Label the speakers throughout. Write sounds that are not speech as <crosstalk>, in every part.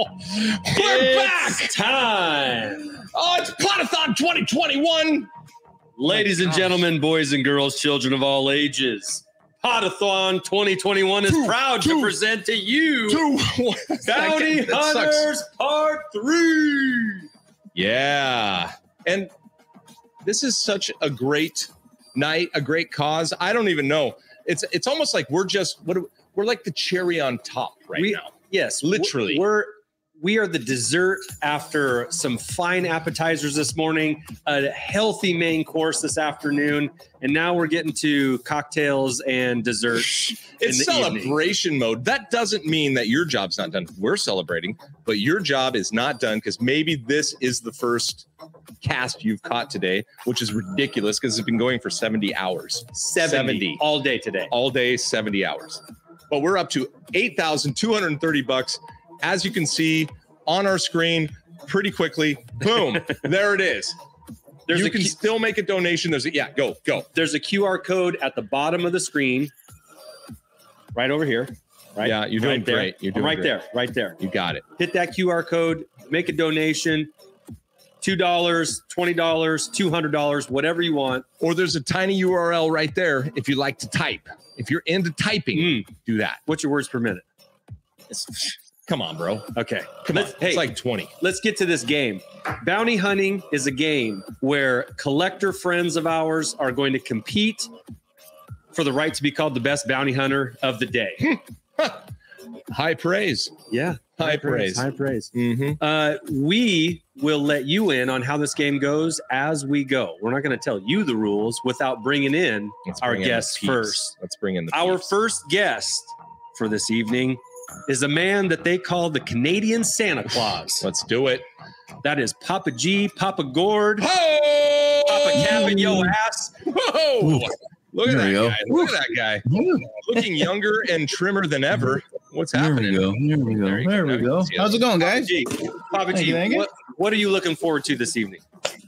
Speaker 1: We're back!
Speaker 2: it's time.
Speaker 1: Oh, it's Potathon 2021.
Speaker 2: Ladies and
Speaker 1: gosh.
Speaker 2: gentlemen, boys and girls, children of all ages, Potathon 2021 is
Speaker 1: Two,
Speaker 2: proud
Speaker 1: two,
Speaker 2: to present to you
Speaker 1: Two. <laughs>
Speaker 2: Bounty
Speaker 1: That sucks.
Speaker 2: Hunters Part 3.
Speaker 1: Yeah. And this is such a great night, a great cause. I don't even know. It's it's almost like we're just what do- we're like the cherry on top right
Speaker 2: We-
Speaker 1: now.
Speaker 2: Yes,
Speaker 1: Literally.
Speaker 2: We're we are the dessert after some fine appetizers this morning, a healthy main course this afternoon, and now we're getting to cocktails and desserts.
Speaker 1: It's
Speaker 2: the
Speaker 1: celebration mode. That doesn't mean that your job's not done. We're celebrating, but your job is not done because maybe this is the first cast you've caught today, which is ridiculous because it's been going for 70 hours.
Speaker 2: 70 all day today.
Speaker 1: all day, 70 hours. But we're up to 8,230 bucks. As you can see on our screen, pretty quickly,
Speaker 2: <laughs>
Speaker 1: boom, there it is.
Speaker 2: There's
Speaker 1: you
Speaker 2: a
Speaker 1: can
Speaker 2: Q-
Speaker 1: still make a donation. There's a, yeah, go, go.
Speaker 2: there's a QR code at the bottom of the screen, right over here. Right.
Speaker 1: Yeah, you're doing
Speaker 2: right there.
Speaker 1: great. You're doing
Speaker 2: right
Speaker 1: great.
Speaker 2: there. Right there.
Speaker 1: You got it.
Speaker 2: Hit that QR code. Make a donation. Two dollars, twenty dollars, two hundred dollars, whatever you want.
Speaker 1: Or there's a tiny URL right there if you like to type. If you're into typing,
Speaker 2: Mm,
Speaker 1: do that.
Speaker 2: what's your words per minute?
Speaker 1: It's- come on, bro.
Speaker 2: Okay.
Speaker 1: Come
Speaker 2: let's,
Speaker 1: on.
Speaker 2: Hey,
Speaker 1: It's like 20.
Speaker 2: let's get to this game. Bounty hunting is a game where collector friends of ours are going to compete for the right to be called the best bounty hunter of the day.
Speaker 1: High praise.
Speaker 2: yeah.
Speaker 1: Hmm. High, praise.
Speaker 2: High praise.
Speaker 1: Mm-hmm.
Speaker 2: Uh, we will let you in on how this game goes as we go. We're not going to tell you the rules without bringing in Our guest first.
Speaker 1: Let's bring in the
Speaker 2: our
Speaker 1: peeps.
Speaker 2: first guest for this evening. Is a man that they call the Canadian Santa Claus.
Speaker 1: Let's do it.
Speaker 2: that is Papa G, Papa Gourd,
Speaker 1: Ho!
Speaker 2: Papa Cap in your ass.
Speaker 1: Whoa! Look at
Speaker 3: There
Speaker 1: that
Speaker 3: we go.
Speaker 1: guy. Look at that guy. Looking younger and trimmer than ever. What's
Speaker 3: There we
Speaker 1: happening?
Speaker 3: go. There we
Speaker 1: There you go.
Speaker 3: go. There
Speaker 1: Now
Speaker 3: we
Speaker 1: you
Speaker 3: go.
Speaker 1: can see
Speaker 3: How's it going,
Speaker 2: Papa
Speaker 3: guys?
Speaker 2: G, Papa
Speaker 3: Thank
Speaker 2: G,
Speaker 3: you, thank you.
Speaker 2: what, what are you looking forward to this evening?
Speaker 3: <sighs>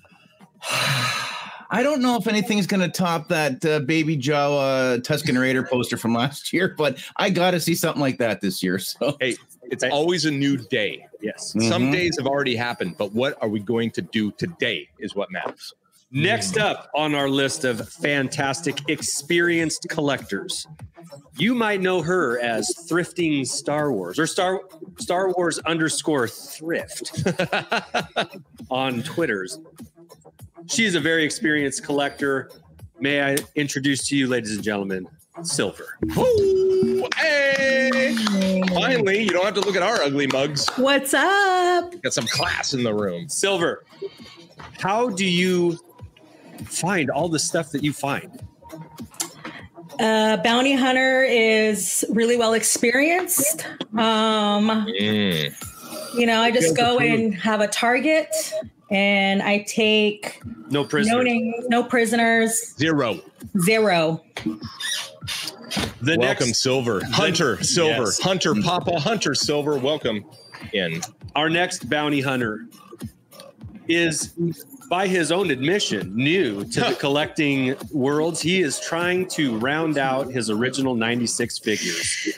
Speaker 3: I don't know if anything's going to top that uh, Baby Joe uh, Tuscan Raider poster from last <laughs> year, but I got to see something like that this year. So
Speaker 1: It's always a new day.
Speaker 2: Yes.
Speaker 1: Some
Speaker 3: Mhm.
Speaker 1: days have already happened, but what are we going to do today is what matters.
Speaker 2: Next up on our list of fantastic experienced collectors, you might know her as Thrifting Star Wars or Star Star Wars underscore Thrift on Twitter's. She is a very experienced collector. May I introduce to you, ladies and gentlemen, Silver.
Speaker 1: Woo! Hey! Finally, you don't have to look at our ugly mugs.
Speaker 4: What's up?
Speaker 1: Got some class in the room.
Speaker 2: Silver, how do you find all the stuff that you find?
Speaker 4: Uh, Bounty Hunter is really well experienced. Um,
Speaker 2: Mm.
Speaker 4: you know, I just go and have a target and I take
Speaker 2: No
Speaker 4: no,
Speaker 2: prisoners.
Speaker 4: names, no prisoners,
Speaker 1: Zero.
Speaker 4: <laughs> zero.
Speaker 2: the
Speaker 1: welcome,
Speaker 2: next,
Speaker 1: Silver. Hunter, Silver.
Speaker 2: Yes.
Speaker 1: Hunter, Papa, Hunter, Silver. Welcome in.
Speaker 2: our next bounty hunter is by his own admission new to
Speaker 1: <laughs>
Speaker 2: the collecting worlds he is trying to round out his original 96 figures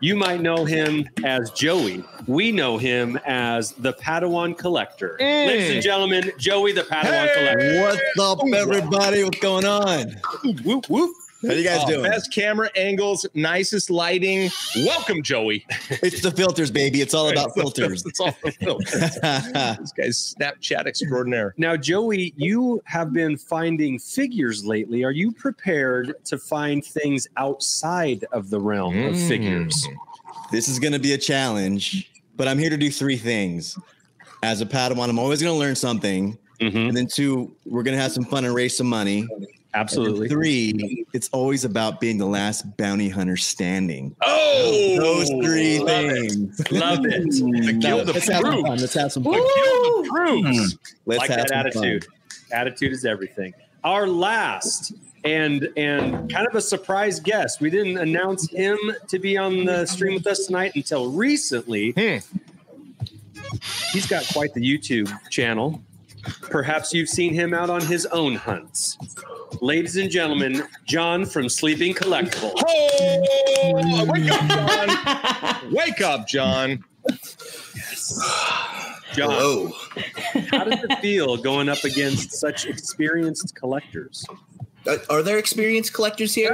Speaker 2: you might know him as joey we know him as the padawan collector
Speaker 1: Mm.
Speaker 2: ladies and gentlemen joey the padawan
Speaker 1: Hey!
Speaker 2: collector
Speaker 5: What's up, everybody? What's going on?
Speaker 1: Whoop, whoop.
Speaker 5: How you guys
Speaker 1: Oh,
Speaker 5: doing?
Speaker 1: Best camera angles, nicest lighting. Welcome, Joey.
Speaker 5: <laughs> It's the filters, baby. It's all about filters.
Speaker 1: <laughs> it's all the
Speaker 5: <laughs>
Speaker 1: filters. this guy's Snapchat extraordinaire.
Speaker 2: now joey you have been finding figures lately are you prepared to find things outside of the realm of
Speaker 1: Mm.
Speaker 2: figures
Speaker 5: this is going to be a challenge, but I'm here to do three things. As a Padawan, I'm always going to learn something.
Speaker 3: Mm-hmm.
Speaker 2: Mhm,
Speaker 5: And then, two, we're going to have some fun and raise some money. And then
Speaker 2: absolutely
Speaker 5: three, it's always about being the last bounty hunter standing.
Speaker 1: Oh,
Speaker 5: Those three
Speaker 1: love it.
Speaker 5: things.
Speaker 2: Love it.
Speaker 5: <laughs> Mm,
Speaker 1: kill
Speaker 5: now,
Speaker 1: the
Speaker 5: let's have some
Speaker 1: fruit.
Speaker 5: fun. Let's have some
Speaker 1: The
Speaker 5: fun.
Speaker 1: kill the
Speaker 5: Hmm.
Speaker 1: proofs.
Speaker 5: Let's
Speaker 2: like
Speaker 5: have
Speaker 2: that
Speaker 5: some fun.
Speaker 2: attitude. Attitude is everything. Our last and and kind of a surprise guest. We didn't announce him to be on the stream with us tonight until recently.
Speaker 1: Hmm.
Speaker 2: He's got quite the YouTube channel. Perhaps you've seen him out on his own hunts. Ladies and gentlemen, John from Sleeping Collectible.
Speaker 5: <laughs>
Speaker 1: Oh, wake up, John. wake up, John.
Speaker 2: John, how does it feel going up against such experienced collectors?
Speaker 6: Uh, Are there experienced collectors here?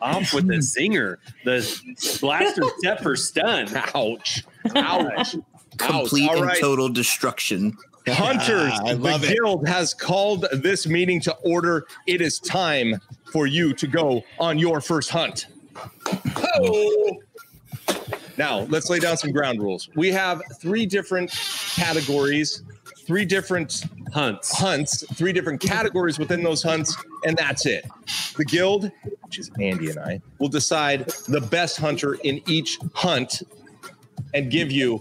Speaker 2: Off with a zinger. The blaster set for stun.
Speaker 1: Ouch. Ouch.
Speaker 6: Complete
Speaker 1: Ouch. All
Speaker 6: and
Speaker 1: right.
Speaker 6: total destruction.
Speaker 1: <laughs> Hunters,
Speaker 5: Ah, I love
Speaker 1: the
Speaker 5: it.
Speaker 1: guild has called this meeting to order. It is time for you to go on your first hunt. Ho! Now, let's lay down some ground rules. We have three different categories, three different
Speaker 2: Hunts.
Speaker 1: hunts, three different categories within those hunts, and that's it. The guild, which is Andy and I, will decide the best hunter in each hunt and give you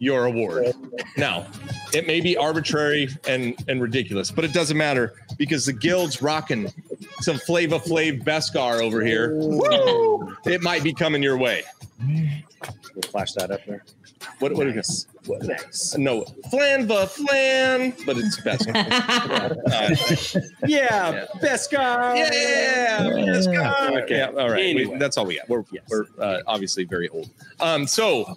Speaker 1: your award. Now, it may be arbitrary and and ridiculous, but it doesn't matter because the guild's rocking some Flava Flav Beskar over here. Woo! It might be coming your way.
Speaker 2: We'll flash that up there.
Speaker 1: What what is what, no Flanva Flan, but it's Beskar. Uh,
Speaker 2: Yeah, best guy.
Speaker 1: Yeah, let's go.
Speaker 2: Okay.
Speaker 1: Yeah, all right. We-
Speaker 2: Anyway.
Speaker 1: that's all we got. We're,
Speaker 2: Yes.
Speaker 1: we're uh, obviously very old. Um, so,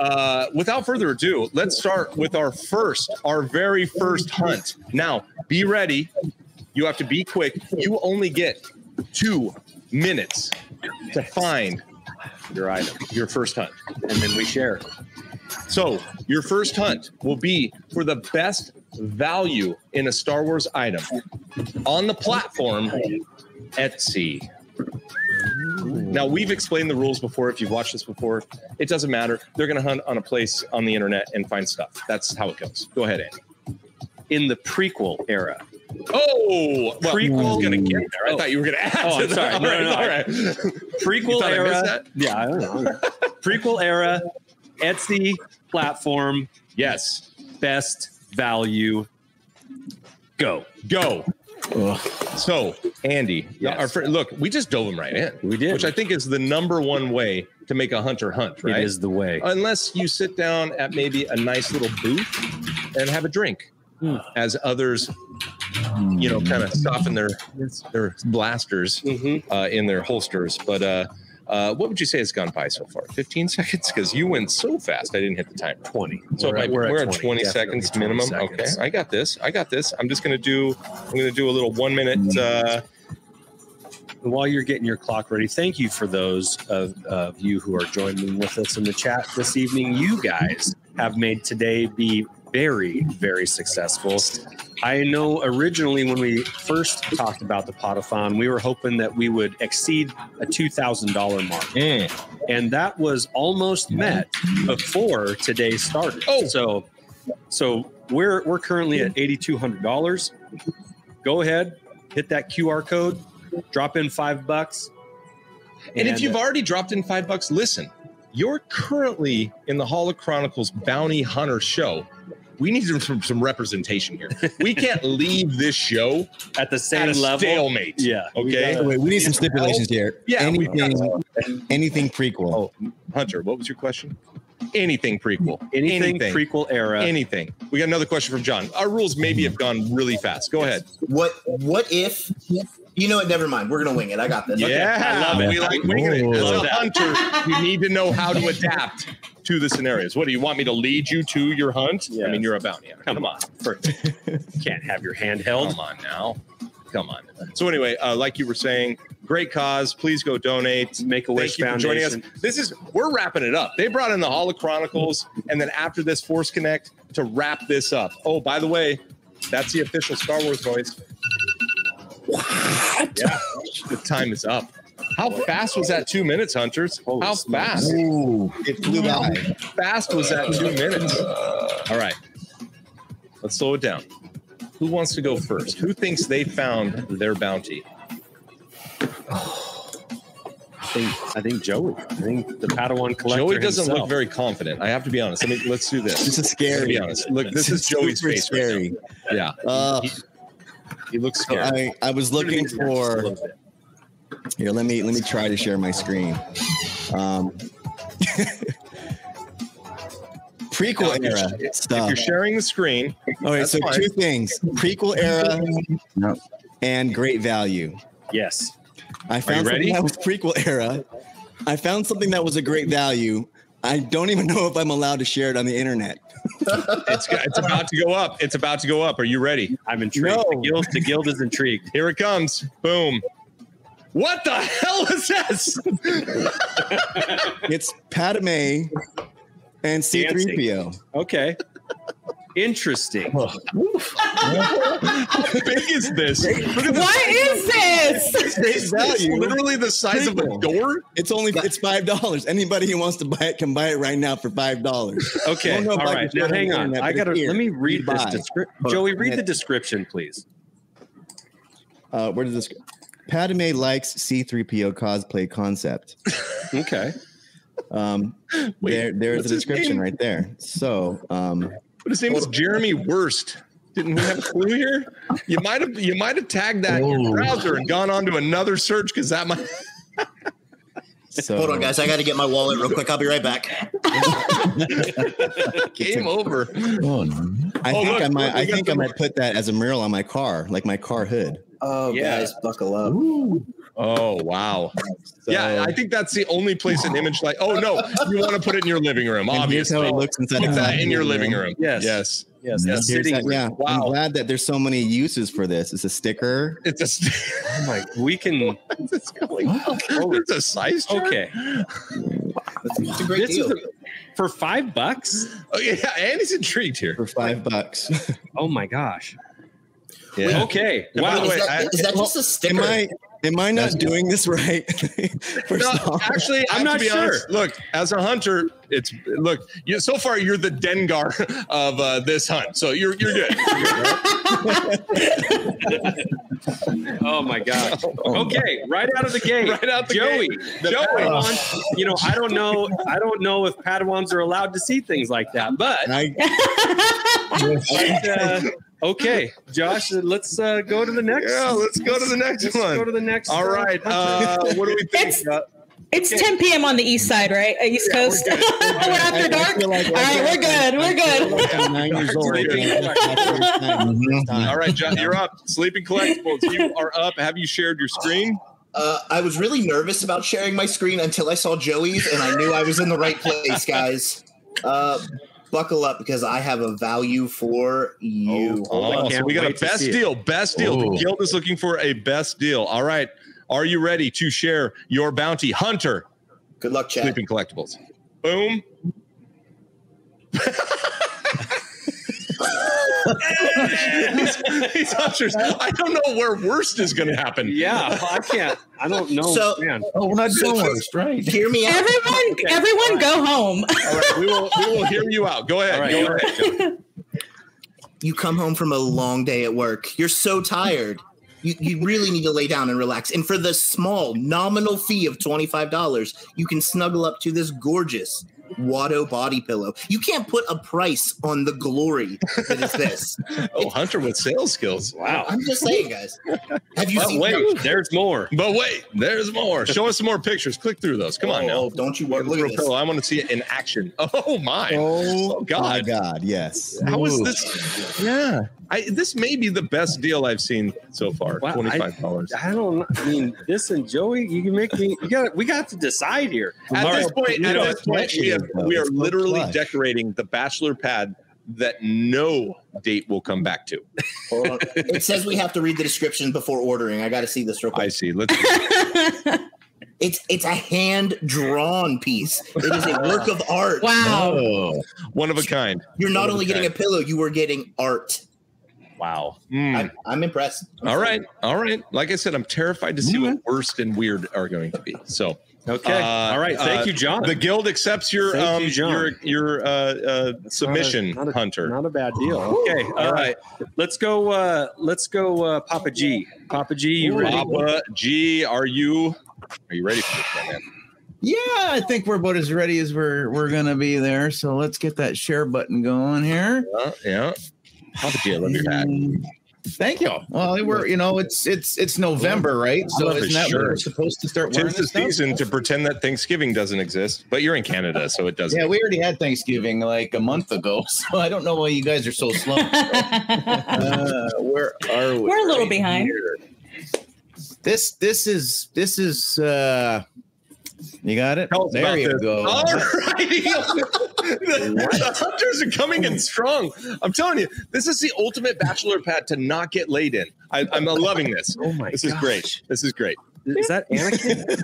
Speaker 1: uh, without further ado, let's start with our first, our very first hunt. Now, be ready. You have to be quick. You only get two minutes to find your item, your first hunt.
Speaker 2: And then we share.
Speaker 1: So, your first hunt will be for the best value in a Star Wars item on the platform Etsy. Now, we've explained the rules before. If you've watched this before, it doesn't matter. They're going to hunt on a place on the internet and find stuff. That's how it goes. Go ahead, Andy.
Speaker 2: In the prequel era,
Speaker 1: Oh, well,
Speaker 2: Prequel.
Speaker 1: prequel. Going to get there. I
Speaker 2: Oh.
Speaker 1: thought you were going to add.
Speaker 2: Oh,
Speaker 1: to
Speaker 2: I'm
Speaker 1: that.
Speaker 2: sorry. No,
Speaker 1: All right,
Speaker 2: no, no.
Speaker 1: all right. You
Speaker 2: prequel
Speaker 1: thought I missed
Speaker 2: era.
Speaker 1: that?
Speaker 2: Yeah, I
Speaker 1: <laughs>
Speaker 2: don't know. prequel era, Etsy platform,
Speaker 1: Yes.
Speaker 2: best value. Go.
Speaker 1: Go. So, Andy,
Speaker 2: Yes.
Speaker 1: our fr- look, we just dove him right in.
Speaker 2: We did.
Speaker 1: which I think is the number one way to make a hunter hunt, right?
Speaker 2: It is the way.
Speaker 1: Unless you sit down at maybe a nice little booth and have a drink,
Speaker 2: Hmm.
Speaker 1: as others, you
Speaker 5: Hmm.
Speaker 1: know, kind of soften their their blasters
Speaker 2: Mm-hmm.
Speaker 1: uh, in their holsters. But uh, uh, what would you say has gone by so far? Fifteen seconds? Because you went so fast, I didn't hit the timer.
Speaker 2: 20.
Speaker 1: So we're, we're, at 20, seconds minimum. Okay, I got this. I got this. I'm just gonna do. I'm gonna do a little one minute. Uh,
Speaker 2: While you're getting your clock ready, thank you for those of, of you who are joining with us in the chat this evening. You guys have made today be very, very successful. I know originally when we first talked about the Potathon, we were hoping that we would exceed a $2,000 mark. and that was almost met before today started.
Speaker 1: Oh.
Speaker 2: so so we're we're currently at eighty two hundred dollars. Go ahead, hit that QR code, drop in five bucks,
Speaker 1: And uh, if you've already dropped in five bucks, listen, you're currently in the Hall of Chronicles Bounty Hunter show. We need some, some representation here. We can't <laughs> leave this show
Speaker 2: at the same
Speaker 1: at a
Speaker 2: level,
Speaker 1: stalemate.
Speaker 2: yeah, we
Speaker 1: Okay.
Speaker 2: gotta-
Speaker 5: Wait, we need some stipulations here.
Speaker 1: Yeah, we-
Speaker 5: anything, anything prequel.
Speaker 1: Oh, Hunter, what was your question? Anything prequel.
Speaker 2: anything,
Speaker 1: Anything.
Speaker 2: prequel
Speaker 1: Uh,
Speaker 2: era.
Speaker 1: Anything. We got another question from John. Our rules maybe have gone really fast. Go ahead.
Speaker 6: What what if you know what? Never mind. We're gonna wing it. I got this.
Speaker 1: I love it. We like winging it. As a hunter, you need to know how to adapt to the scenarios. What do you want me to lead you to your hunt? I mean,
Speaker 2: Yes.
Speaker 1: you're a bounty hunter. Come, on.
Speaker 2: <laughs> Can't have your hand held.
Speaker 1: Come on now. Come on. So anyway, uh, like you were saying, great cause. Please go donate.
Speaker 2: Make a wish
Speaker 1: Thank you for
Speaker 2: foundation.
Speaker 1: joining us. This is we're wrapping it up. They brought in the Hall of Chronicles, and then after this, Force Connect to wrap this up. Oh, by the way, that's the official Star Wars voice. Yeah, the time is up. How fast was that? Two minutes, hunters.
Speaker 2: Holy
Speaker 1: How
Speaker 2: smokes.
Speaker 1: fast?
Speaker 5: It flew by.
Speaker 1: fast was that two minutes? All right. Let's slow it down. Who wants to go first? Who thinks they found their bounty?
Speaker 2: I think, I think Joey. I think the Padawan collector.
Speaker 1: Joey doesn't
Speaker 2: himself.
Speaker 1: look very confident. I have to be honest. I mean, let's do
Speaker 5: This
Speaker 1: this.
Speaker 5: is
Speaker 1: Let's be
Speaker 5: scary.
Speaker 1: honest. Look, this is Joey's
Speaker 5: super
Speaker 1: face. Right
Speaker 5: scary.
Speaker 1: now. Yeah,
Speaker 5: Uh,
Speaker 1: he looks scared.
Speaker 5: I, I was looking for here. Let me let me try to share my screen. Um, <laughs> prequel
Speaker 1: If you're-
Speaker 5: era
Speaker 1: If
Speaker 5: stuff.
Speaker 1: you're sharing the screen,
Speaker 5: All right,
Speaker 1: that's
Speaker 5: so
Speaker 1: fine.
Speaker 5: two things: prequel era
Speaker 3: Yep.
Speaker 5: and great value.
Speaker 2: Yes.
Speaker 5: I found
Speaker 1: ready?
Speaker 5: something that was prequel era, I found something that was a great value. I don't even <laughs> know if I'm allowed to share it on the internet.
Speaker 1: It's, it's about to go up. It's about to go up. Are you ready?
Speaker 2: I'm intrigued. The,
Speaker 5: No.
Speaker 2: guild, the guild
Speaker 1: <laughs>
Speaker 2: is intrigued.
Speaker 1: Here it comes. Boom. What the hell is this?
Speaker 5: It's Padme and C3PO.
Speaker 2: Okay. Interesting.
Speaker 1: How big is this? Look at
Speaker 4: What is this?
Speaker 1: this. It's
Speaker 5: value.
Speaker 1: literally the size of a door.
Speaker 5: It's only it's five dollars. Anybody who wants to buy it can buy it right now for five dollars.
Speaker 2: Okay.
Speaker 5: Don't know
Speaker 2: All
Speaker 5: if I
Speaker 2: right.
Speaker 5: can
Speaker 2: Now
Speaker 5: share
Speaker 2: hang
Speaker 5: it on the
Speaker 2: on.
Speaker 5: internet,
Speaker 2: I
Speaker 5: but
Speaker 2: gotta
Speaker 5: it's here.
Speaker 2: let me read
Speaker 5: You
Speaker 2: this
Speaker 5: buy.
Speaker 2: description.
Speaker 5: Hold on.
Speaker 2: Joey, read the description, please.
Speaker 5: Uh, where did this? go? Padme likes C3PO cosplay concept.
Speaker 2: Okay.
Speaker 5: Um,
Speaker 1: Wait,
Speaker 5: there, there's
Speaker 1: what's
Speaker 5: a
Speaker 1: his
Speaker 5: description
Speaker 1: name?
Speaker 5: right there. So, um,
Speaker 1: But his name was Jeremy Worst. Didn't we have a clue here? You might have you might have tagged that in your browser and gone on to another search because that might
Speaker 5: so
Speaker 6: Hold on, guys. I got to get my wallet real quick. I'll be right back.
Speaker 1: game over.
Speaker 3: Oh, no.
Speaker 5: I
Speaker 1: Oh,
Speaker 5: think
Speaker 1: look,
Speaker 5: I might.
Speaker 1: look, we
Speaker 5: I
Speaker 1: got
Speaker 5: think I
Speaker 1: the-
Speaker 5: might put that as a mural on my car, like my car hood.
Speaker 6: Oh,
Speaker 2: Yeah. guys,
Speaker 6: buckle up.
Speaker 1: Oh wow. Yeah, I think that's the only place an image like oh no, you want to put it in your living room,
Speaker 5: And here's how
Speaker 1: obviously.
Speaker 5: it looks inside.
Speaker 1: Put
Speaker 5: a
Speaker 1: that in
Speaker 5: classroom,
Speaker 1: your
Speaker 5: you
Speaker 1: living
Speaker 5: know?
Speaker 1: room.
Speaker 2: Yes.
Speaker 1: Yes.
Speaker 2: Yes.
Speaker 3: Yeah.
Speaker 2: That's
Speaker 5: Here's
Speaker 2: sitting.
Speaker 5: that- yeah,
Speaker 1: Wow.
Speaker 5: I'm glad that there's so many uses for this. It's a sticker.
Speaker 1: It's a st-
Speaker 2: Oh my. We can.
Speaker 1: <laughs> it's going there's a size chart?
Speaker 2: Okay.
Speaker 6: It's a great
Speaker 2: This is
Speaker 6: deal.
Speaker 2: a, for five bucks.
Speaker 1: Oh, yeah, Andy's intrigued here.
Speaker 5: For five bucks,
Speaker 2: Oh my gosh.
Speaker 1: Yeah.
Speaker 2: Okay.
Speaker 1: Yeah, by
Speaker 2: Wow.
Speaker 1: the way,
Speaker 6: is that,
Speaker 1: I-
Speaker 6: is that
Speaker 5: well,
Speaker 6: just a
Speaker 5: am
Speaker 6: sticker?
Speaker 5: I am I not doing this right? <laughs> First
Speaker 1: No,
Speaker 4: <laughs>
Speaker 5: of all,
Speaker 1: actually, I
Speaker 2: I'm
Speaker 1: have
Speaker 2: not
Speaker 1: to be
Speaker 2: sure.
Speaker 1: honest. Look, as a hunter, it's look. You, so far, you're the Dengar <laughs> of uh, this hunt, so you're you're good.
Speaker 2: <laughs> Oh my gosh.
Speaker 1: <laughs>
Speaker 2: Okay, right out of the gate.
Speaker 1: Right out the
Speaker 2: Joey.
Speaker 1: gate. The
Speaker 2: Joey
Speaker 1: Padawan.
Speaker 2: wants- you know, I don't know I don't know if Padawans are allowed to see things like that, but
Speaker 5: I,
Speaker 2: uh, okay, Josh, let's uh, go to the next.
Speaker 1: yeah, let's go to the next
Speaker 2: let's
Speaker 1: one.
Speaker 2: go to the next.
Speaker 1: All
Speaker 2: uh,
Speaker 1: right, uh, what do we think? Uh,
Speaker 4: It's it's 10 p.m. on the east side, right? Uh, East Coast. <laughs> We're after dark. All right, we're good. We're good.
Speaker 5: I'm nine years old.
Speaker 4: <laughs>
Speaker 1: All right, John, you're up. Sleeping collectibles,
Speaker 2: <laughs>
Speaker 1: you are up. Have you shared your screen?
Speaker 6: Uh, I was really nervous about sharing my screen until I saw Joey's, and I knew I was in the right place, guys. Uh, buckle up because I have a value for you.
Speaker 1: Oh, so
Speaker 2: can't
Speaker 1: we got a
Speaker 2: wait to
Speaker 1: best
Speaker 2: see it.
Speaker 1: deal. Best deal. The
Speaker 3: Ooh.
Speaker 1: guild is looking for a best deal. All right. Are you ready to share your bounty, Hunter?
Speaker 6: Good luck, Chad.
Speaker 1: Sleeping collectibles. Boom.
Speaker 2: <laughs>
Speaker 1: These- these hunters. I don't know where worst is going to happen.
Speaker 2: <laughs> Yeah, I can't. I don't know.
Speaker 6: So-
Speaker 2: man.
Speaker 3: Oh, we're not
Speaker 6: So
Speaker 3: doing
Speaker 6: it's-
Speaker 3: worst, <laughs> right?
Speaker 6: Hear me out.
Speaker 4: Everyone, everyone go home. <laughs>
Speaker 1: All right, we will we will hear you out. Go ahead.
Speaker 2: All right,
Speaker 1: go
Speaker 2: go
Speaker 1: ahead. Joey.
Speaker 6: You come home from a long day at work. You're so tired. You, you really need to lay down and relax. And for the small nominal fee of $25, you can snuggle up to this gorgeous Watto body pillow. You can't put a price on the glory that is this.
Speaker 1: Oh, Hunter with sales skills.
Speaker 2: Wow.
Speaker 6: I'm just saying, guys. Have you
Speaker 2: But
Speaker 6: seen
Speaker 2: wait, there's more.
Speaker 1: But wait, there's more. Show us some more pictures. Click through those. Come on now.
Speaker 6: Oh, don't you worry. Look
Speaker 1: Real
Speaker 6: at this.
Speaker 1: pillow. I want to see it in action. <laughs> Oh my.
Speaker 5: Oh my
Speaker 1: God.
Speaker 5: God! Yes.
Speaker 1: How is this? Yeah. I this may be the best deal I've seen so far.
Speaker 2: Wow, I-
Speaker 1: $25.
Speaker 2: I don't. I mean, this and Joey, you can make me. You got. We got to decide here.
Speaker 1: At
Speaker 2: All
Speaker 1: this
Speaker 2: right,
Speaker 1: point,
Speaker 2: you
Speaker 1: at
Speaker 2: know,
Speaker 1: this point, we, have,
Speaker 5: though.
Speaker 1: we are
Speaker 5: It's so
Speaker 1: literally
Speaker 5: plush.
Speaker 1: decorating the bachelor pad that no date will come back to.
Speaker 6: Hold on. It says we have to read the description before ordering. I got to see this real
Speaker 1: I
Speaker 6: quick.
Speaker 1: see. Let's <laughs>
Speaker 6: It's it's a hand drawn piece. It
Speaker 1: <laughs>
Speaker 6: is a work of art.
Speaker 4: wow. <laughs>
Speaker 3: Oh,
Speaker 1: one of a kind.
Speaker 6: You're not only
Speaker 1: Okay.
Speaker 6: getting a pillow, you are getting art.
Speaker 1: Wow. Mm.
Speaker 6: I'm, I'm impressed.
Speaker 1: All right. All right. Like I said, I'm terrified to see what worst and weird are going to be. So
Speaker 2: Okay.
Speaker 1: Uh,
Speaker 2: All right. Thank
Speaker 1: uh,
Speaker 2: you, John.
Speaker 1: the guild accepts your
Speaker 2: Thank
Speaker 1: um
Speaker 2: you, John.
Speaker 1: your your uh, uh submission,
Speaker 2: Not a- not a-
Speaker 1: Hunter.
Speaker 2: Not a bad deal. Okay.
Speaker 1: all
Speaker 2: All
Speaker 1: right.
Speaker 2: right. Let's go. Uh, let's go. Uh, Papa G. Papa G. You ready?
Speaker 1: Papa G, are you are you ready for this one, man?
Speaker 3: yeah. I think we're about as ready as we're we're gonna be there. So let's get that share button going here.
Speaker 1: Yeah, yeah. Papa G, I love your hat.
Speaker 3: Mm, Thank you. Well, we're you know it's it's it's November, right? So
Speaker 1: love his
Speaker 3: isn't that when we're
Speaker 1: shirt.
Speaker 3: supposed to start wearing
Speaker 1: Tis the
Speaker 3: this stuff?
Speaker 1: season to pretend that Thanksgiving doesn't exist, but you're in Canada, so it doesn't.
Speaker 3: Yeah, we already had Thanksgiving like a month ago, <laughs> so I don't know why you guys are so <laughs> slow. uh, where are we?
Speaker 4: We're a little behind.
Speaker 3: This this is this is uh You got it?
Speaker 1: Tell us
Speaker 3: there
Speaker 1: about
Speaker 3: you
Speaker 1: this. <laughs>
Speaker 3: go.
Speaker 1: All righty. the, the hunters are coming in strong. I'm telling you, this is the ultimate bachelor pad to not get laid in. I, I'm loving this.
Speaker 2: Oh my
Speaker 1: This is
Speaker 2: gosh.
Speaker 1: great. This is great.
Speaker 2: Is that Anakin?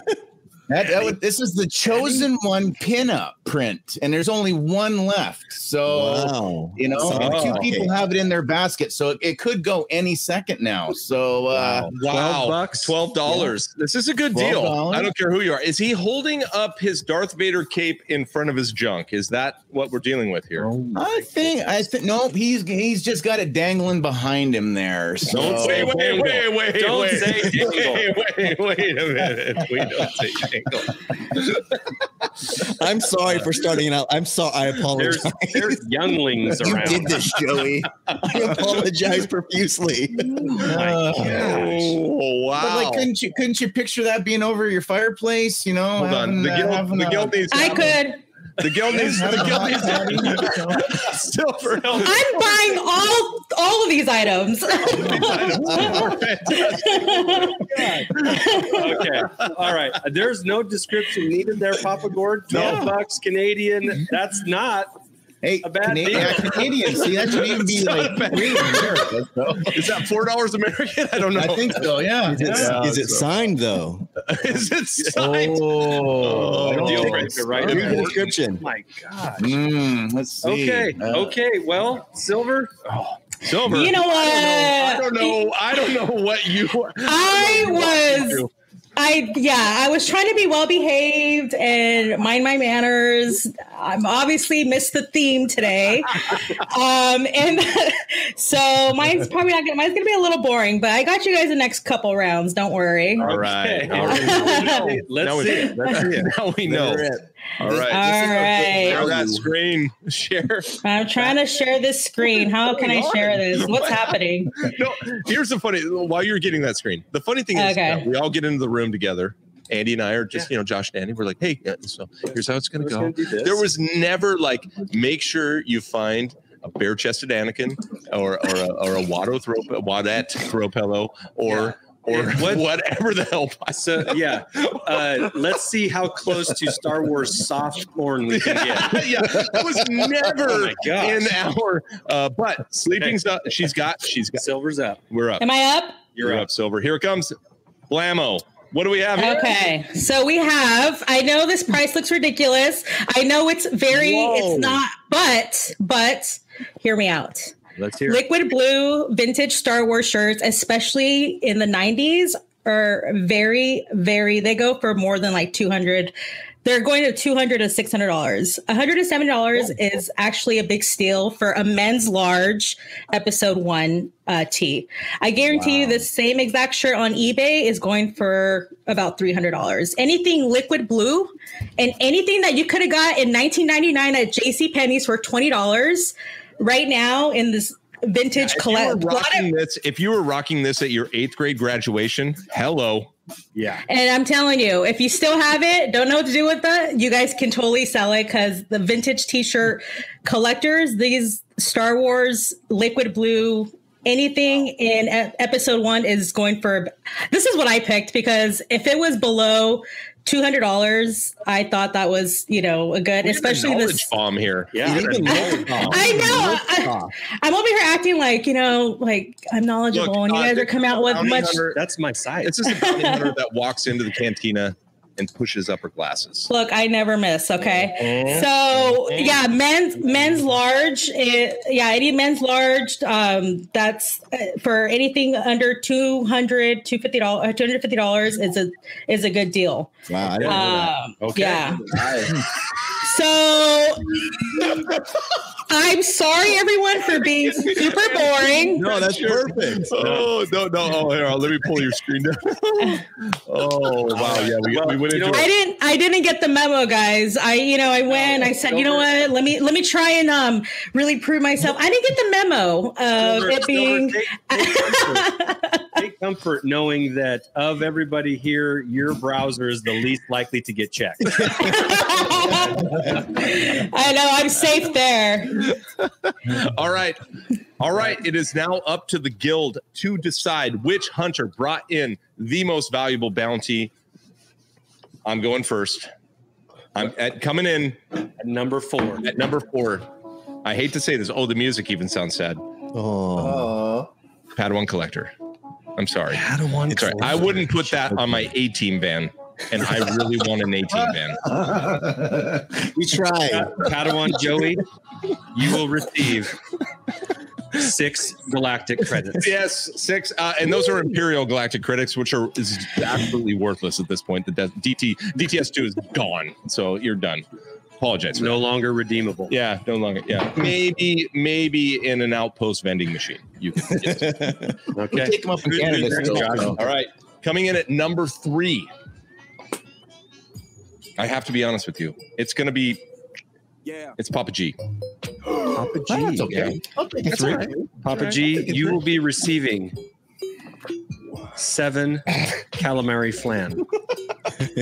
Speaker 3: That, that was, this is the chosen one pinup print, and there's only one left. So
Speaker 5: Wow.
Speaker 3: you know,
Speaker 1: Wow.
Speaker 3: two people have it in their basket, so it, it could go any second now. So uh,
Speaker 1: Wow.
Speaker 2: bucks?
Speaker 1: Twelve dollars. This is a good deal.
Speaker 3: $12?
Speaker 1: I don't care who you are. Is he holding up his Darth Vader cape in front of his junk? Is that what we're dealing with here?
Speaker 3: I think I think nope, he's he's just got it dangling behind him there. So
Speaker 1: Don't say wait, wait, wait, wait. <laughs>
Speaker 2: Don't
Speaker 1: wait.
Speaker 2: say
Speaker 1: wait, wait, wait a minute. We don't say dangle.
Speaker 5: I'm sorry for starting out. I'm sorry. I
Speaker 2: <laughs> There's,
Speaker 5: apologize.
Speaker 2: there's younglings
Speaker 6: You
Speaker 2: around.
Speaker 6: did this,
Speaker 1: <laughs>
Speaker 6: Joey.
Speaker 5: <laughs> I
Speaker 4: <laughs>
Speaker 5: apologize profusely.
Speaker 3: Uh,
Speaker 1: Oh wow.
Speaker 3: But like, couldn't you couldn't you picture that being over your fireplace? You know,
Speaker 1: Hold on.
Speaker 3: having
Speaker 1: The
Speaker 3: that-
Speaker 1: guild,
Speaker 3: having
Speaker 1: the
Speaker 3: a-
Speaker 1: guild needs.
Speaker 4: I could.
Speaker 1: The guild needs. The guild needs <laughs> still for help.
Speaker 4: I'm buying all all of these <laughs> items.
Speaker 2: okay. All right. There's no description needed there, Papa Gord. Twelve
Speaker 3: Yeah.
Speaker 2: bucks Canadian. That's not.
Speaker 3: Hey,
Speaker 2: A bad
Speaker 3: Canadian,
Speaker 2: deal.
Speaker 3: yeah, Canadian. See, that should <laughs> even be like great America. So,
Speaker 1: Is that four dollars American? I don't know.
Speaker 3: <laughs> I think so. Yeah.
Speaker 5: Is it,
Speaker 1: Yeah,
Speaker 5: is it signed though?
Speaker 1: <laughs> is it signed?
Speaker 3: Oh,
Speaker 1: Oh,
Speaker 2: deal
Speaker 1: it's
Speaker 2: breaker right
Speaker 1: very
Speaker 5: Read the
Speaker 2: there.
Speaker 5: description.
Speaker 2: My God.
Speaker 3: Mm, let's see.
Speaker 2: Okay.
Speaker 3: Uh,
Speaker 2: okay. Well, silver.
Speaker 1: Silver.
Speaker 4: you know
Speaker 1: I
Speaker 4: what?
Speaker 1: don't know. I don't know what you.
Speaker 4: I was I yeah, I was trying to be well behaved and mind my manners. I'm obviously missed the
Speaker 1: <laughs>
Speaker 4: theme today. Um and <laughs> so mine's probably not gonna mine's gonna be a little boring, but I got you guys the next couple rounds, don't worry.
Speaker 1: All right.
Speaker 2: Okay.
Speaker 1: All right.
Speaker 2: <laughs> Let's
Speaker 1: now
Speaker 2: see.
Speaker 1: We, Let's see. <laughs> Now we
Speaker 4: Oh,
Speaker 1: know. All right.
Speaker 4: All
Speaker 1: Now
Speaker 4: right.
Speaker 1: that screen <laughs> share.
Speaker 4: I'm trying to share this screen. How can I share this? What's happening?
Speaker 1: No, here's the funny. While you're getting that screen, the funny thing is,
Speaker 4: Okay.
Speaker 1: uh, we all get into the room together. Andy and I are just, you know, Josh and Andy. We're like, hey, yeah, so here's how it's gonna
Speaker 2: Let's
Speaker 1: go.
Speaker 2: go do this.
Speaker 1: There was never like, make sure you find a bare chested Anakin or or a, or a Watto throw, Wadette throw pillow or or <laughs> whatever the
Speaker 2: <laughs>
Speaker 1: hell.
Speaker 2: So yeah, uh, let's see how close to Star Wars soft porn we can get.
Speaker 1: yeah, that was
Speaker 2: Oh
Speaker 1: never
Speaker 2: my gosh.
Speaker 1: in our. Uh, but sleeping's up. She's got. She's got.
Speaker 2: Silver's up.
Speaker 1: We're up.
Speaker 4: Am I up?
Speaker 1: You're up, Silver. Here it comes. Blammo. What do we have here?
Speaker 4: Okay, so we have. I know this price looks ridiculous. I know it's very.
Speaker 5: Whoa.
Speaker 4: It's not, but but hear me out.
Speaker 2: Let's hear.
Speaker 4: Liquid blue vintage Star Wars shirts, especially in the '90s, are very very. They go for more than like two hundred. They're going to two hundred to six hundred dollars. One hundred and seven dollars is actually a big steal for a men's large episode one uh, tee. I guarantee you, this same exact shirt on eBay is going for about three hundred dollars. Anything liquid blue, and anything that you could have got in nineteen ninety nine at JC Penney's for twenty dollars, right now in this vintage
Speaker 1: If you, were
Speaker 4: collect.
Speaker 1: rocking this, if you were rocking this at your eighth grade graduation, hello.
Speaker 2: Yeah.
Speaker 4: And I'm telling you, if you still have it, don't know what to do with it, you guys can totally sell it because the vintage t-shirt collectors, these Star Wars liquid blue anything in e- episode 1 is going for This is what I picked because if it was below $200, I thought that was, you know, a good especially
Speaker 1: knowledge
Speaker 4: this
Speaker 1: bomb here.
Speaker 2: Yeah.
Speaker 5: Even lollipop.
Speaker 4: I know.
Speaker 5: Lollipop.
Speaker 4: I'm over here acting like, you know, like I'm knowledgeable and you
Speaker 1: uh,
Speaker 4: guys are
Speaker 1: this
Speaker 4: coming out with
Speaker 1: bounty
Speaker 4: much
Speaker 1: hunter-
Speaker 2: That's my size.
Speaker 1: This is <laughs> the bounty hunter that walks into the cantina and pushes up her glasses.
Speaker 4: Look, I never miss. Okay, so yeah, men's men's large. It, yeah, any men's large. Um, that's uh, for anything under 200 dollars. Two hundred fifty dollars is a is a good deal.
Speaker 5: Wow. I didn't know that.
Speaker 4: Um, Yeah. So I'm sorry, everyone, for being super boring.
Speaker 5: No, that's perfect.
Speaker 1: Oh no no! Oh, here, let me pull your screen down. oh wow! Yeah, we, we went
Speaker 2: you know
Speaker 1: into it.
Speaker 2: what?
Speaker 4: I didn't I didn't get the memo, guys. I you know, I went, I said, you know what, let me let me try and um really prove myself. I didn't get the memo of
Speaker 2: Silver-
Speaker 4: it being
Speaker 2: Silver, take, take comfort. Take comfort knowing that of everybody here, your browser is the least likely to get checked.
Speaker 4: I know I'm safe there.
Speaker 1: All right. All right. It is now up to the guild to decide which hunter brought in the most valuable bounty. I'm going first. I'm at coming in
Speaker 2: At number four.
Speaker 1: at number four. I hate to say this. Oh, the music even sounds sad.
Speaker 5: Oh,
Speaker 6: Oh,
Speaker 1: Padawan collector. I'm sorry.
Speaker 5: Padawan.
Speaker 1: Sorry. I wouldn't put that on my A team van. And I really want an A team van.
Speaker 5: We tried.
Speaker 2: Padawan Joey, you will receive six galactic credits.
Speaker 1: Yes, six. Uh, and those are Imperial Galactic critics, which are is absolutely worthless at this point. The death, DT DTS two is gone, so you're done. Apologize.
Speaker 2: It's
Speaker 1: for that.
Speaker 2: no longer redeemable.
Speaker 1: Yeah, no longer. Yeah, maybe maybe in an outpost vending machine. You can. Get
Speaker 5: <laughs>
Speaker 3: We
Speaker 2: Okay.
Speaker 3: take them up in Canada.
Speaker 1: Good
Speaker 3: still,
Speaker 1: job.
Speaker 3: so.
Speaker 1: All right. Coming in at number three. I have to be honest with you. It's going to be. Yeah. It's Papa G.
Speaker 3: Well, that's okay. I'll take a three.
Speaker 2: Papa G, you will be receiving seven calamari flan.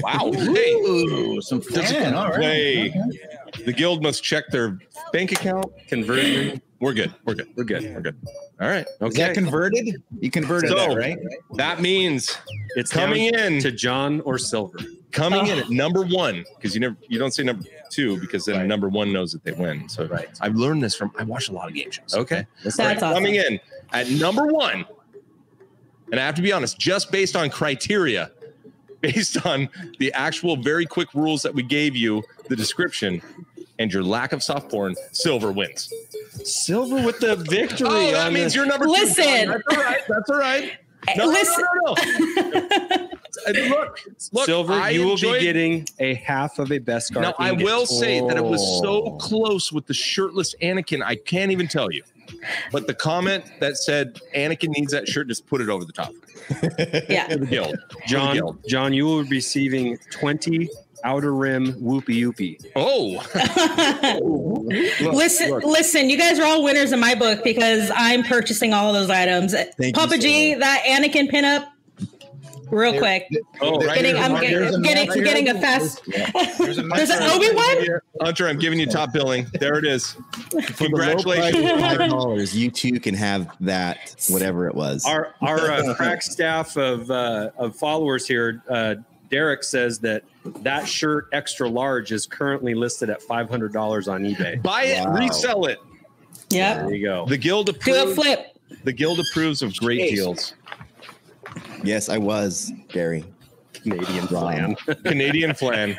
Speaker 1: Wow. hey,
Speaker 3: Ooh, some flan. All right.
Speaker 1: Way. the guild must check their bank account conversion. We're good. We're good. We're good. We're good. All right.
Speaker 3: Is that
Speaker 1: Okay.
Speaker 3: converted? You converted
Speaker 1: So-
Speaker 3: that, right?
Speaker 1: That means
Speaker 2: It's
Speaker 1: coming
Speaker 2: coming
Speaker 1: in
Speaker 2: to John or Silver.
Speaker 1: coming in at number one because you never you don't say number two because then number one knows that they win. So
Speaker 2: Right.
Speaker 1: I've learned this from I watch a lot of game shows. Okay.
Speaker 4: That's awesome.
Speaker 1: Coming in at number one, and I have to be honest, just based on criteria, <laughs> based on the actual very quick rules that we gave you, the description, and your lack of soft porn, silver wins.
Speaker 2: Silver with the victory.
Speaker 1: Oh, that
Speaker 2: on
Speaker 1: means
Speaker 2: this.
Speaker 1: you're number two.
Speaker 4: Listen.
Speaker 1: John. That's all right. That's all
Speaker 4: <laughs>
Speaker 1: right. No, no,
Speaker 4: Listen,
Speaker 1: no, no, no. <laughs> look, look,
Speaker 2: Silver,
Speaker 1: I
Speaker 2: you will
Speaker 1: enjoyed-
Speaker 2: be getting a half of a best card.
Speaker 1: Now, I will say that it was so
Speaker 5: Oh.
Speaker 1: close with the shirtless Anakin, I can't even tell you. But the comment that said Anakin needs that shirt, just put it over the top.
Speaker 4: <laughs> yeah.
Speaker 1: The guild.
Speaker 2: John, John, you will be receiving 20 Outer Rim Whoopie Yoopie.
Speaker 1: Oh,
Speaker 4: <laughs> listen, listen, you guys are all winners in my book because I'm purchasing all those items.
Speaker 5: you
Speaker 4: Papa
Speaker 5: so
Speaker 4: G,
Speaker 5: much.
Speaker 4: that Anakin pinup, real quick.
Speaker 1: oh, right
Speaker 4: Getting,
Speaker 1: here.
Speaker 4: I'm
Speaker 1: Hunter,
Speaker 4: getting,
Speaker 3: There's a
Speaker 4: getting,
Speaker 3: match
Speaker 4: getting a
Speaker 3: here.
Speaker 4: fast. <laughs> There's an
Speaker 1: match here.
Speaker 4: Obi Wan.
Speaker 1: Hunter, I'm giving you top billing. There it is. Congratulations.
Speaker 5: Five dollars. You too can have that. Whatever it was.
Speaker 2: Our our
Speaker 1: <laughs>
Speaker 2: uh, crack staff of uh, of followers here, uh, Derek says that that shirt extra large is currently listed at five hundred dollars on eBay.
Speaker 1: Buy it,
Speaker 5: Wow.
Speaker 1: resell it.
Speaker 4: <laughs> Yep.
Speaker 2: There you go.
Speaker 1: The guild
Speaker 4: Do a
Speaker 1: approves.
Speaker 4: flip.
Speaker 1: The guild approves of great
Speaker 6: Jeez.
Speaker 1: deals.
Speaker 5: Yes, I was Gary.
Speaker 2: Canadian
Speaker 5: Wow.
Speaker 2: plan.
Speaker 1: Canadian flan.